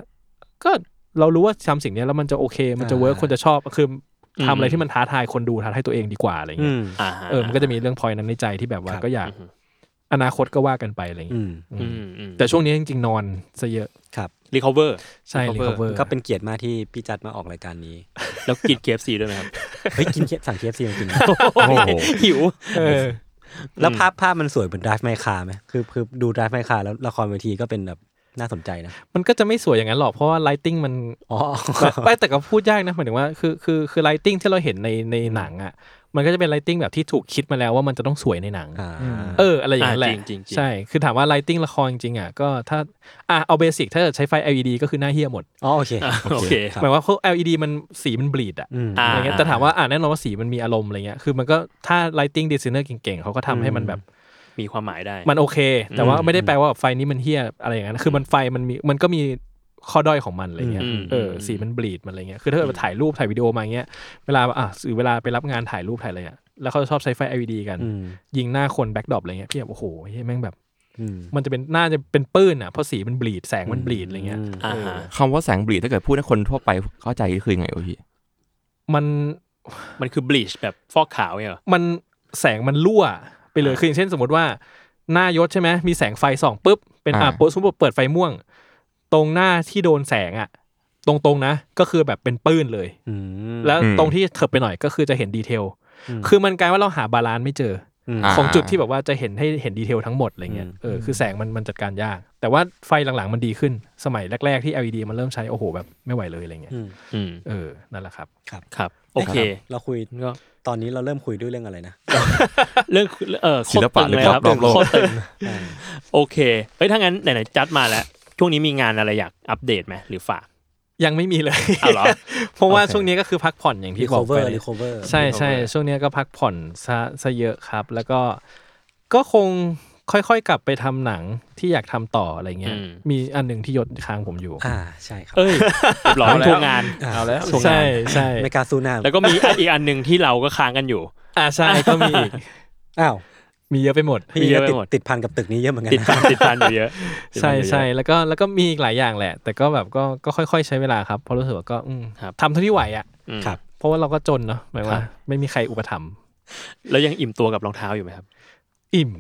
Speaker 5: ก็เรารู้ว่าทำสิ่งเนี้ยแล้วมันจะโอเค มันจะเวิร์ค
Speaker 1: อ่า
Speaker 5: คนจะชอบคืออ
Speaker 3: ม
Speaker 5: ทำอะไรที่มันท้าทายคนดูท้าทายตัวเองดีกว่าอะไร
Speaker 1: อื
Speaker 5: เงี้ย
Speaker 1: ม
Speaker 3: อ่าฮ
Speaker 5: เออมันก็จะมีเรื่องพอยนั้นในใจที่แบบว่า
Speaker 1: ครับ
Speaker 5: ก็อยาก อนาคตก็ว่ากันไปอะไร
Speaker 1: อื
Speaker 5: เงี้ย
Speaker 1: ม
Speaker 5: อื
Speaker 3: อื
Speaker 5: ม
Speaker 3: มอืม
Speaker 5: แต่ช่วงนี้จริงๆนอนซะเยอะ
Speaker 1: ครับ
Speaker 3: รีคอเวอร์
Speaker 5: ใช่
Speaker 3: recover
Speaker 5: recover
Speaker 1: ก็เป็นเกียรติมากที่พี่จัดมาออกรายการนี้
Speaker 3: แล้วกินเคฟซีด้วยไหมครับ
Speaker 1: เฮ้ยกินเคสั่งเคฟซีมากิ น
Speaker 6: โอ้โห
Speaker 3: หิว
Speaker 5: เออ
Speaker 1: แล้วภาพภาพมันสวยเหมือน Drive My Car ไหมคือคือดู Drive My Car แล้วละครเวทีก็เป็นแบบน่าสนใจนะ
Speaker 5: มันก็จะไม่สวยอย่างนั้นหรอกเพราะว่าไลติงมัน
Speaker 1: อ๋อ
Speaker 5: ไม่แต่ก็พูดยากนะหมายถึงว่าคือคือคือไลติงที่เราเห็นในในหนังอ่ะมันก็จะเป็นไลติงแบบที่ถูกคิดมาแล้วว่ามันจะต้องสวยในหนัง
Speaker 1: อ่า
Speaker 5: เอออะไรอย่างนั้นแหละ
Speaker 3: อ่าจริงๆจริง
Speaker 5: ใช่คือถามว่าไลติงละครจริงๆอ่ะก็ถ้าอ่ะเอาเบสิกถ้าเกิดใช้ไฟ LED ก็คือหน้าเฮียหมด
Speaker 1: อ๋อโอเค
Speaker 3: โอเค
Speaker 1: ครับ
Speaker 5: หมายว่าเขา LED มันสีมันบลีดอ่ะ
Speaker 1: อืม
Speaker 3: อ่า
Speaker 5: อะไรเงี้ยแต่ถามว่าอ่ะแน่นอนว่าสีมันมีอารมณ์อะไรเงี้ยคือมันก็ถ้า lighting designer เก่งๆเขาก็ทำให้มันแบบ
Speaker 3: มีความหมายได้
Speaker 5: มันโอเค แต่ว่าไม่ได้แปลว่าไฟนี้มันเฮี้ยอะไรอย่างนั้นคือมันไฟมันมีมันก็มีข้อด้อยของมันอะไรเงี้ย
Speaker 3: อืม
Speaker 5: เอออ
Speaker 3: ม
Speaker 5: สีมันบลีดมันอะไรเงี้ยคือถ้าเกิดว่าถ่ายรูปถ่ายวิดีโอมาเงี้ยเวลาอ่ะสื่อเวลาไปรับงานถ่ายรูปถ่ายอะไรอ่ะแล้วเขาจะชอบใช้ไฟ LED กัน
Speaker 1: อืม
Speaker 5: ยิงหน้าคนแบ็กดรอปอะไรเงี้ยพี่แบบโอ้โหเฮ้ยแม่งแบบ
Speaker 1: อืม
Speaker 5: มันจะเป็นหน้าจะเป็นปื้นอ่ะเพราะสีมันบลีดแสงมันบลีดอะไรเงี้ย
Speaker 1: อืม
Speaker 3: อ่าฮะ
Speaker 6: คำว่าแสงบลีดถ้าเกิดพูดให้คนทั่วไปเข้าใจก็คือยังไงวะพี่
Speaker 5: มัน
Speaker 3: มันคือบลีชแบบฟอกขาวเนี่ยเหรอ
Speaker 5: มันแสงมันรั่วไปเลยคืออย่างเช่นสมมติว่า หน้ายศใช่ไหมมีแสงไฟส่องปุ๊บเป็นอ่ะโปสมมติเปิดไฟม่วง ตรงหน้าที่โดนแสงอ่ะตรงๆนะ ก็คือแบบเป็นปื้นเลย
Speaker 1: อืม
Speaker 5: แล้วตรงที่เถิบไปหน่อยก็คือจะเห็นดีเทล คือมันกลายว่าเราหาบาลานซ์ไม่เจอ
Speaker 1: อืม
Speaker 6: อ่า
Speaker 5: ของจุดที่แบบว่าจะเห็นให้เห็นดีเทลทั้งหมดอะไรเงี้ย
Speaker 1: อืม
Speaker 5: เออคือแสงมันมันจัดการยาก แต่ว่าไฟหลังๆมันดีขึ้นสมัยแรก ๆที่ LED มันเริ่มใช้โอ้โหแบบไม่ไหวเลยอะไรเงี้ย
Speaker 1: อืม
Speaker 3: อืม
Speaker 5: เออนั่นแหละครับ
Speaker 3: ครับ โอเค
Speaker 1: เราคุยก็ตอนนี้เราเริ่มคุยด้วยเรื่องอะไรนะ
Speaker 3: เรื่องเออโค
Speaker 6: ศิ
Speaker 3: ต
Speaker 6: ล
Speaker 3: ร
Speaker 6: ปะ
Speaker 3: ตึงเลยครับ
Speaker 6: รอบโลก
Speaker 3: โคตรตึงโอเคเฮ้ยถ้างั้นไหนๆจัดมาแล้ว ช่วงนี้มีงานอะไรอยากอัปเดตไหมหรือฝาก
Speaker 5: ยังไม่มีเลย
Speaker 3: อ้าวเหรอ
Speaker 5: เพราะว่า
Speaker 6: โอเค
Speaker 5: ช่วงนี้ก็คือพักผ่อนอย่างที่บอกไป
Speaker 1: recover recover
Speaker 5: ใช่ใช่ช่วงเนี้ยก็พักผ่อนซะซะเยอะครับ แล้วก็ก็คงค่อยๆกลับไปทำหนังที่อยากทำต่ออะไรเงี้ย
Speaker 3: อืม
Speaker 5: มีอันหนึ่งที่ยศค้างผมอยู่
Speaker 1: อ่าใช่ครับ
Speaker 3: เอ้ยเรียบร้อย
Speaker 6: เอาแล้ว
Speaker 3: ทวงงาน
Speaker 6: เอาแล้ว
Speaker 3: ส่งงาน
Speaker 5: ใช่ใช่
Speaker 1: ไม่กล้าสู้หน้า
Speaker 3: แล้วก็มีอันอีกอันหนึ่งที่เราก็ค้างกันอยู่
Speaker 5: อ่าใช่ก็มีอีก
Speaker 1: อ้าว
Speaker 5: มีเยอะไปหมด
Speaker 1: พี่
Speaker 3: เยอะ
Speaker 1: ก็
Speaker 3: ไป
Speaker 1: ติด
Speaker 3: หมด
Speaker 1: ติดพันกับตึกนี้เยอะเหมือนกัน
Speaker 3: ติด
Speaker 1: นะ
Speaker 3: พัน ติดพันอยู่เยอะติดพั
Speaker 5: ใช่
Speaker 3: นอยู่เยอะ
Speaker 5: ใช่แล้วก็แล้วก็มีอีกหลายอย่างแหละ แต่ก็แบบก็ก็ค่อยๆ ใช้เวลาครับเพราะรู้สึกว่าก็อืม
Speaker 3: ครับ
Speaker 5: ทำเท่าที่ไหวอ่ะ
Speaker 3: อืม
Speaker 1: ครับ
Speaker 5: เพราะว่าเราก็จนเนาะหมาย
Speaker 3: ค
Speaker 5: ว่า
Speaker 3: รับ
Speaker 5: ไม่มีใครอุปถัมภ์
Speaker 3: แล้วยังอิ่มตัวกับรองเท้าอยู่ไหมครับ
Speaker 5: อิ่ม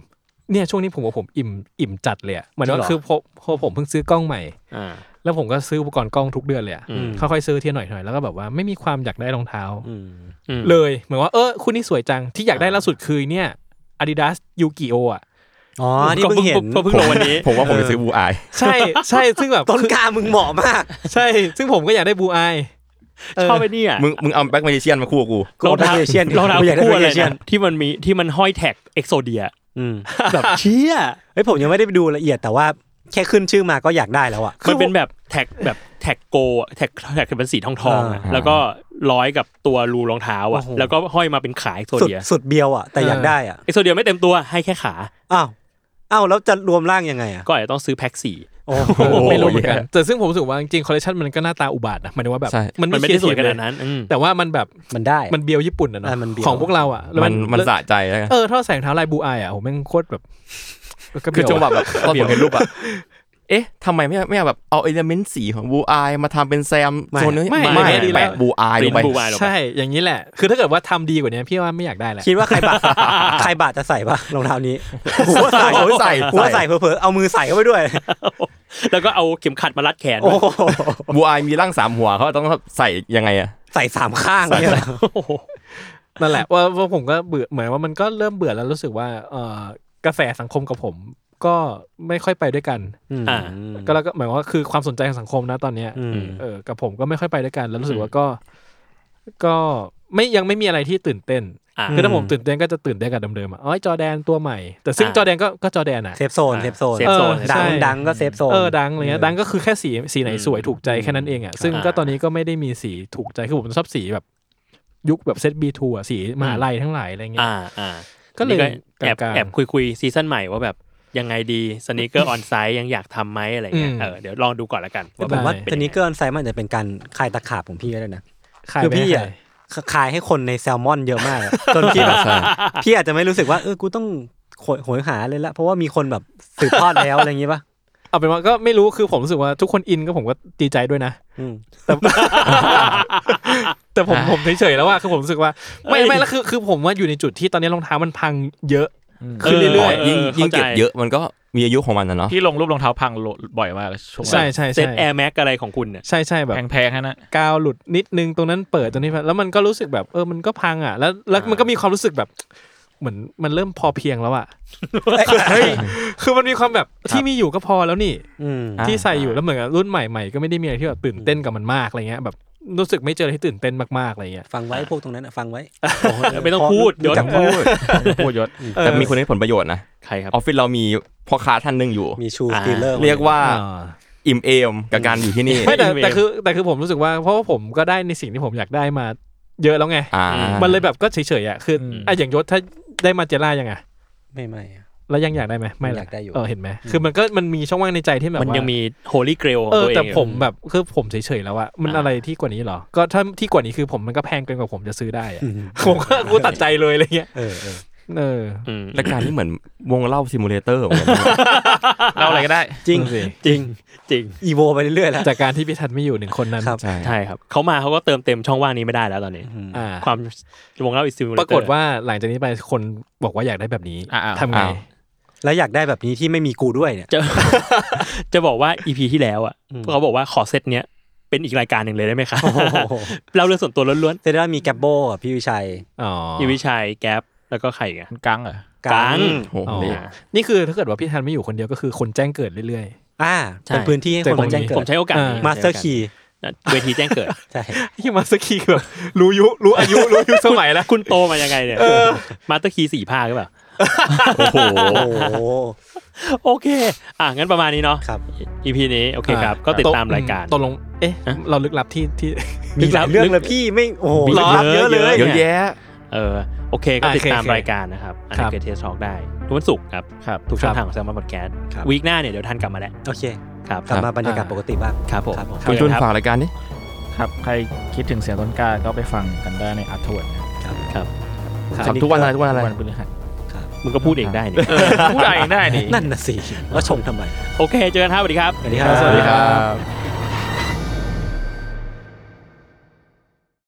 Speaker 5: เนี่ยช่วงนี้ผมว่าผมอิ่มอิ่มจัดเลยอะเหมือนว่า
Speaker 3: จริงเหรอ
Speaker 5: คือพอพอผมเพิ่งซื้อกล้องใหม่
Speaker 3: อ่า
Speaker 5: แล้วผมก็ซื้ออุปกรณ์กล้องทุกเดือนเลยอะ
Speaker 3: อืม
Speaker 5: ค่อยๆซื้อทีละหน่อยๆแล้วก็แบบว่าไม่มีความอยากได้รองเท้า
Speaker 1: อืม
Speaker 3: อืม
Speaker 5: เลยเหมือนว่าเออคุณนี่สวยจังที่อยากได้
Speaker 3: อ่า
Speaker 5: ล่าสุดคือเนี่ย Adidas y u g i o อ่ะ
Speaker 1: อ๋อที่เพิ่งเห็น
Speaker 3: ก็เพิ่งลงวันนี้
Speaker 6: ผมว่าผมไปซื้อบูอาย
Speaker 5: ใช่ใช่ซึ่งแบบ
Speaker 1: ต้น
Speaker 5: คือก
Speaker 1: ล้ามึงเหมาะมาก
Speaker 5: ใช่ ซึ่งผมก็อยากได้บูอาย
Speaker 3: ชอบไอ้นี่อ่ะ
Speaker 6: มึงมึงเอาแบ็กเมดิเชียนมาคู่กับกู
Speaker 1: กูเอาแบ็คเอเชียนดิ
Speaker 3: รองเท้า
Speaker 1: กูอยากได้
Speaker 3: คู่อะไร
Speaker 1: แบ็คเอเชียน
Speaker 3: นะที่มันมีที่มันห้อยแท็กเอ็กโซเดีย
Speaker 1: อืม
Speaker 3: แบบเชี่ย
Speaker 1: เฮ้ยผมยังไม่ได้ไปดูละเอียดแต่ว่าแค่ขึ้นชื่อมาก็อยากได้แล้วอ่ะ
Speaker 3: มันเป็นแบบแท็กแบบแท็กโกอะแท็กแท็กเป็นสีทองทองๆอะ
Speaker 6: อ่า
Speaker 3: แล้วก็ร้อยกับตัวรูรองเท้าอ่ะ
Speaker 1: โอ้โห
Speaker 3: แล้วก็ห้อยมาเป็นขาเอ็กโซ
Speaker 1: สุด
Speaker 3: เดีย
Speaker 1: สุดเบียวอ่ะแต่อยากได้อ่ะ
Speaker 3: เอ็กโซเดียไม่เต็มตัวให้แค่ขา
Speaker 1: อ้าวอ้าวแล้วจะรวมร่างยังไงอ่ะ
Speaker 3: ก็อาจจะต้องซื้อแพ็คสี่
Speaker 1: โอ้โห
Speaker 5: เออไม่รู้เหมือนกันแต่ซึ่งผมรู้สึกว่าจริงๆคอลเลคชันมันก็หน้าตาอุบาทนะหมายถึงว่าแบบ
Speaker 6: ใช่
Speaker 5: มัน
Speaker 3: มัน
Speaker 5: ไม่
Speaker 3: ไม่
Speaker 5: เคีย
Speaker 3: ได้สวย
Speaker 5: ร์ที
Speaker 3: ข
Speaker 5: เล
Speaker 3: นาย ดนั้นอืม
Speaker 5: แต่ว่ามันแบบ
Speaker 1: มันได้
Speaker 5: มันเบียวญี่ปุ่นอะเนาะ
Speaker 1: อ่ามันเบียว
Speaker 5: ของพวกเราอะแล้ว
Speaker 6: มันมันสะใจแล้ว
Speaker 5: เออเท่าแสงเท้าลายบูอายอะผมแม่งโคตรแบบ ก็
Speaker 6: คือ
Speaker 5: เบียว
Speaker 6: จังหวะแบบตอนผมเห็นรูปอะเอ๊ะทำไมไม่ไม่เอาแบบเอาเอลเมนต์สีของบูอายมาทำเป็นแซม
Speaker 1: ไม่
Speaker 6: โซนเนื้อ
Speaker 3: ไม่
Speaker 6: ไม่
Speaker 3: ไม่ดีแล้ว
Speaker 6: แปะบูอายลงไป
Speaker 3: บูวายลงไป
Speaker 5: ใช่อย่างนี้แหละ คือถ้าเกิดว่าทำดีกว่านี้พี่ว่าไม่อยากได้แหละ
Speaker 1: คิดว่าใครบาด ใครบาดจะใส่ปะรองเท้านี้หัวใส่
Speaker 6: โอ้ยใส่
Speaker 1: หัว
Speaker 6: ใส่
Speaker 1: ใส่เผลอๆเอามือใส่เข้าไปด้วย
Speaker 3: แล้วก็เอาเข็มขัดมารัดแขน
Speaker 1: โอ้โห
Speaker 6: บูอายมีร่างสามหัวเขาต้องใส่ยังไงอะ
Speaker 1: ใส่สามข้างเนี่ย
Speaker 3: โอ้โห
Speaker 5: นั่นแหละว่าว่าผมก็เบื่อเหมือนว่ามันก็เริ่มเบื่อแล้วรู้สึกว่าเออกระแสสังคมกับผมก็ไม่ค่อยไปด้วยกัน
Speaker 3: อ่า
Speaker 5: ก็แล้วก็หมายว่าคือความสนใจของสังคมนะตอนเนี้ย
Speaker 1: อืม
Speaker 5: เออกับผมก็ไม่ค่อยไปด้วยกัน แล้วรู้สึ
Speaker 3: อื
Speaker 5: ก
Speaker 3: ม
Speaker 5: ว่าก็ ก็ไม่ยังไม่มีอะไรที่ตื่นเต้น
Speaker 3: อ่า
Speaker 5: คือถ้าผมตื่นเต้นก็จะตื่นเต้นกับเดิมๆอ่ะอ๋อจอแดนตัวใหม่ แต่ซึ่งจอแดนก็ก็จอแดนอ่ะ
Speaker 1: เซฟโซนเซฟโซน
Speaker 3: เซฟโซน
Speaker 1: ดัง
Speaker 5: เออใช่
Speaker 1: ดังก็เซฟโซน
Speaker 5: เออดังอะไรเงี้ยดังก็คือแค่สีสีไหน
Speaker 3: อืม
Speaker 5: สวยถูกใจแค่นั้นเองอ่ะซึ่ง
Speaker 3: อ่า
Speaker 5: ก็ตอนนี้ก็ไม่ได้มีสีถูกใจคือผมชอบสีแบบ ยุคแบบเซตบีทูอ่ะสีมหาลัยทั้งหลายอะไรเงี้ย
Speaker 3: อ่าอ่า
Speaker 5: ก็เลย
Speaker 3: นี่แอบ
Speaker 5: กลางๆ
Speaker 3: แอบคุยคุยซีซั่นใหม่ว่าแบบยังไงดีสน e เกอร์ออนไซต์ยังอยากทำไหมอะไรเงี้ย
Speaker 5: อืม
Speaker 3: เออเดี๋ยวลองดูก่อนละกัน
Speaker 1: แต่
Speaker 3: ว่า
Speaker 1: ผ
Speaker 3: แบ
Speaker 1: ม
Speaker 3: บ
Speaker 5: ได้
Speaker 1: ว่าตอนนี้เกินไซส์มันอาจจะเป็นการคลายตะขาบของพี่ก็ได้นะ
Speaker 5: ขาย
Speaker 1: คือพี่
Speaker 5: ไป
Speaker 1: อ่ะ
Speaker 5: ให้ใคร
Speaker 1: ขายให้คนในแซลมอนเยอะมากอะจนพี่แบบพี่อาจจะไม่รู้สึกว่าเออกูต้องโหยโหยหาเลยละเพราะว่ามีคนแบบสืบทอดแล้วอะไรอย่างงี้ป่ะ
Speaker 5: เอาเป็นว่าก็ไม่รู้คือผมรู้สึกว่าทุกคนอินก็ผมก็ดีใจด้วยนะ
Speaker 1: อืม
Speaker 5: แต่ แต่ผมผมเฉยๆแล้วว่าคือผมรู้สึกว่า ไม่ไม่แล้วคือคือผมว่าอยู่ในจุดที่ตอนนี้รองเท้ามันพังเยอะ
Speaker 3: ขึ้นเรื่อยๆ
Speaker 6: ยิ่ง
Speaker 3: ออ
Speaker 6: ยิ่งเก็บ
Speaker 3: ข้าใจ
Speaker 6: เยอะมันก็มีอายุของมันนะเนาะ
Speaker 4: ที่ลงรูปรองเท้าพังโลบ่อยมากช่วง
Speaker 5: ใช่ใช่
Speaker 3: เซ็
Speaker 5: ใช่
Speaker 3: ตแอร์แม็กอะไรของคุณเนี่ย
Speaker 5: ใช่ใช่แบบ
Speaker 4: แพงๆฮะนะ
Speaker 5: กาวหลุดนิดนึงตรงนั้นเปิดตรงนี้พังแล้วมันก็รู้สึกแบบเออมันก็พังอ่ะ แล้วแล้วมันก็มีความรู้สึกแบบ เหมือนมันเริ่มพอเพียงแล้วอ่ะเฮ้ยคือมันมีความแบบที่มีอยู่ก็พอแล้วนี่
Speaker 1: อืม
Speaker 5: ที่ใส่อยู่แล้วเหมือนกับรุ่นใหม่ๆก็ไม่ได้มีอะไรที่แบบตื่นเต้นกับมันมากอะไรเงี้ยแบบรู้สึกไม่เจออะไรที่ตื่นเต้นมากๆอะไรเงี้ย
Speaker 1: ฟังไว้พวกตรงนั้นอะฟังไว้
Speaker 3: ไม่ต้องพูด
Speaker 1: รู้
Speaker 3: เดี๋ยว
Speaker 1: จัก
Speaker 3: พู
Speaker 1: พูด
Speaker 3: ด
Speaker 4: พูดยศ
Speaker 6: แต่มีคนได้ผลประโยชน์นะ
Speaker 3: ใครค
Speaker 6: อ
Speaker 3: รับ
Speaker 6: อฟฟิศเรามีพ่อค้าท่านหนึ่งอยู่
Speaker 1: มีชูสตีลเลอร์
Speaker 6: เรียกว่า
Speaker 5: อ่า
Speaker 6: อิ่มเอมกับการอยู่ที่นี่
Speaker 5: ไม่แต่
Speaker 3: อินเวฟ
Speaker 5: แต่คือแต่คือผมรู้สึกว่าเพราะว่าผมก็ได้ในสิ่งที่ผมอยากได้มาเยอะแล้วไง
Speaker 6: อ่า
Speaker 5: มันเลยแบบก็เฉยๆอ่ะคืออ
Speaker 4: ม
Speaker 5: อ่ะอย่างยศถ้าได้มาเจล่ายังไง
Speaker 1: ไม่ไม่
Speaker 5: แล้วยังอยากได้ไหมไม่
Speaker 1: อยากได้อยู่
Speaker 5: เออเห็นไหมคือมันก็มันมีช่องว่างในใจที่แบบ
Speaker 3: มันยัง
Speaker 5: ว่า
Speaker 3: มีโฮลี่เกรลของ
Speaker 5: เออ
Speaker 3: ตัวเอง
Speaker 5: แต่ผม
Speaker 3: อยู่
Speaker 5: แบบคือผมเฉยๆแล้วอะมัน
Speaker 3: อ่า
Speaker 5: อะไรที่กว่านี้เหรอก็ถ้าที่กว่านี้คือผมมันก็แพงเกินกว่าผมจะซื้อได้อะผมก็กูตัดใจเลยอะไรเงี้ย
Speaker 1: เออเออ
Speaker 5: เออ
Speaker 3: อืม
Speaker 6: และการที่เหมือนวงเล่าซิมูเลเตอร์
Speaker 4: เล่าอะไรก็ได้
Speaker 1: จริง
Speaker 5: นั่นสิ
Speaker 3: จริงจริง
Speaker 1: อีโวไปเรื่อยๆแล้ว
Speaker 5: จากการที่พี่ทันไม่อยู่หนึ่งคนนั้น
Speaker 1: ครับ
Speaker 6: ใช่
Speaker 3: ใช่ครับเขามาเขาก็เติมเต็มช่องว่างนี้ไม่ได้แล้วตอนนี้
Speaker 5: อ่า
Speaker 3: ความวงเล่าอิสติมูเลเตอร์
Speaker 5: ปรากฏว่าหลังจากนี้ไปคนบอกว่าอยากได้แบบนี้
Speaker 4: อ่าๆ
Speaker 5: ทำไง
Speaker 6: อ้าว
Speaker 1: แล้วอยากได้แบบนี้ที่ไม่มีกูด้วยเนี่ย
Speaker 3: จะ จะบอกว่าอีพีที่แล้วอ่ะ
Speaker 1: อืม
Speaker 3: เขาบอกว่าขอเซตเนี้ยเป็นอีกรายการหนึ่งเลยได้ไหมคะเล่าเรื่องส่วนตัวล้วนๆ
Speaker 1: เซเดอร์มีแกบโบกับพี่วิชัย
Speaker 5: อ๋อ
Speaker 3: อีวิชัยแก๊ปแล้วก็ใครอีกอะ
Speaker 4: กังเหรอ
Speaker 3: กัง
Speaker 6: โอ้โห
Speaker 5: อ๋อ
Speaker 6: เละ
Speaker 5: นี่คือถ้าเกิดว่าพี่ทันไม่อยู่คนเดียวก็คือคนแจ้งเกิดเรื่อย
Speaker 1: อ่า
Speaker 3: ใช่
Speaker 1: เป็นพื้นที่ให้คน
Speaker 5: ผม
Speaker 1: มาแจ้งเกิ
Speaker 3: ผ
Speaker 1: ด
Speaker 3: มใช้โอกาสนี้
Speaker 1: มาสเตอร์คี
Speaker 3: เวทีแจ้ง เกิด
Speaker 1: ใช่
Speaker 5: ๆที่มาสกีแบบรู้ยุรู้อายุรู้ยุสมัยแล้ว
Speaker 3: คุณโตมายังไงเนี่ยมาสเตอร์คีสี่ภาคหรือเปล่า
Speaker 6: โอ้โห
Speaker 1: โอ้โห
Speaker 3: โอเค อ่ะงั้นประมาณนี้เนาะ
Speaker 1: ครับ
Speaker 3: อีพีนี้โอเคครับ
Speaker 5: อ่า
Speaker 3: ก็ติดตามรายการ
Speaker 5: ตกลงเอ๊ะ
Speaker 3: ฮะ
Speaker 5: เราลึกลับที่ที่
Speaker 1: มีหลายเรื่องเลยพี่ไม่โอ้โห
Speaker 3: มี
Speaker 1: หลายเยอะเลย
Speaker 6: เยอะแยะ
Speaker 3: เออโอเคก็
Speaker 5: อ่ะ
Speaker 3: ติดตาม
Speaker 5: โอเค
Speaker 3: รายการนะครับอัน
Speaker 5: ครั
Speaker 3: นี้
Speaker 5: บ
Speaker 3: เกเทสทอกได้ทุกวันศุกร์ครับ
Speaker 5: ครับ
Speaker 3: ทุกช่อง
Speaker 5: ครับ
Speaker 3: ทางของแซมมอนพอดแคสต์
Speaker 1: ครับ
Speaker 3: วีคหน้าเนี่ยเดี๋ยวทันกลับมาแล้ว
Speaker 1: โอเค
Speaker 3: ครับ
Speaker 1: กลับมาบรรยากาศ
Speaker 5: อ่า
Speaker 1: ปกติบ้าง
Speaker 3: ครับผม
Speaker 1: ครับผม
Speaker 6: คุณจุนฝากรายการนี้
Speaker 4: ครับ ใครคิดถึงเสียงต้นกล้าก็ไปฟังกันได้ในอาร์ทเวิร์ดนะครับ
Speaker 3: ครับ
Speaker 6: ครับทุกวันอะไรทุกวันอะไร
Speaker 4: วันพฤหัส
Speaker 3: มึงก็พูดเองได้เนี่ย
Speaker 4: พูดอะไรได้นี่
Speaker 1: นั่นน่ะสิแล้วชมทำไม
Speaker 3: โอเคเจอกันครับสวัสดีครับ
Speaker 1: สวัสดีครับ
Speaker 6: ครับ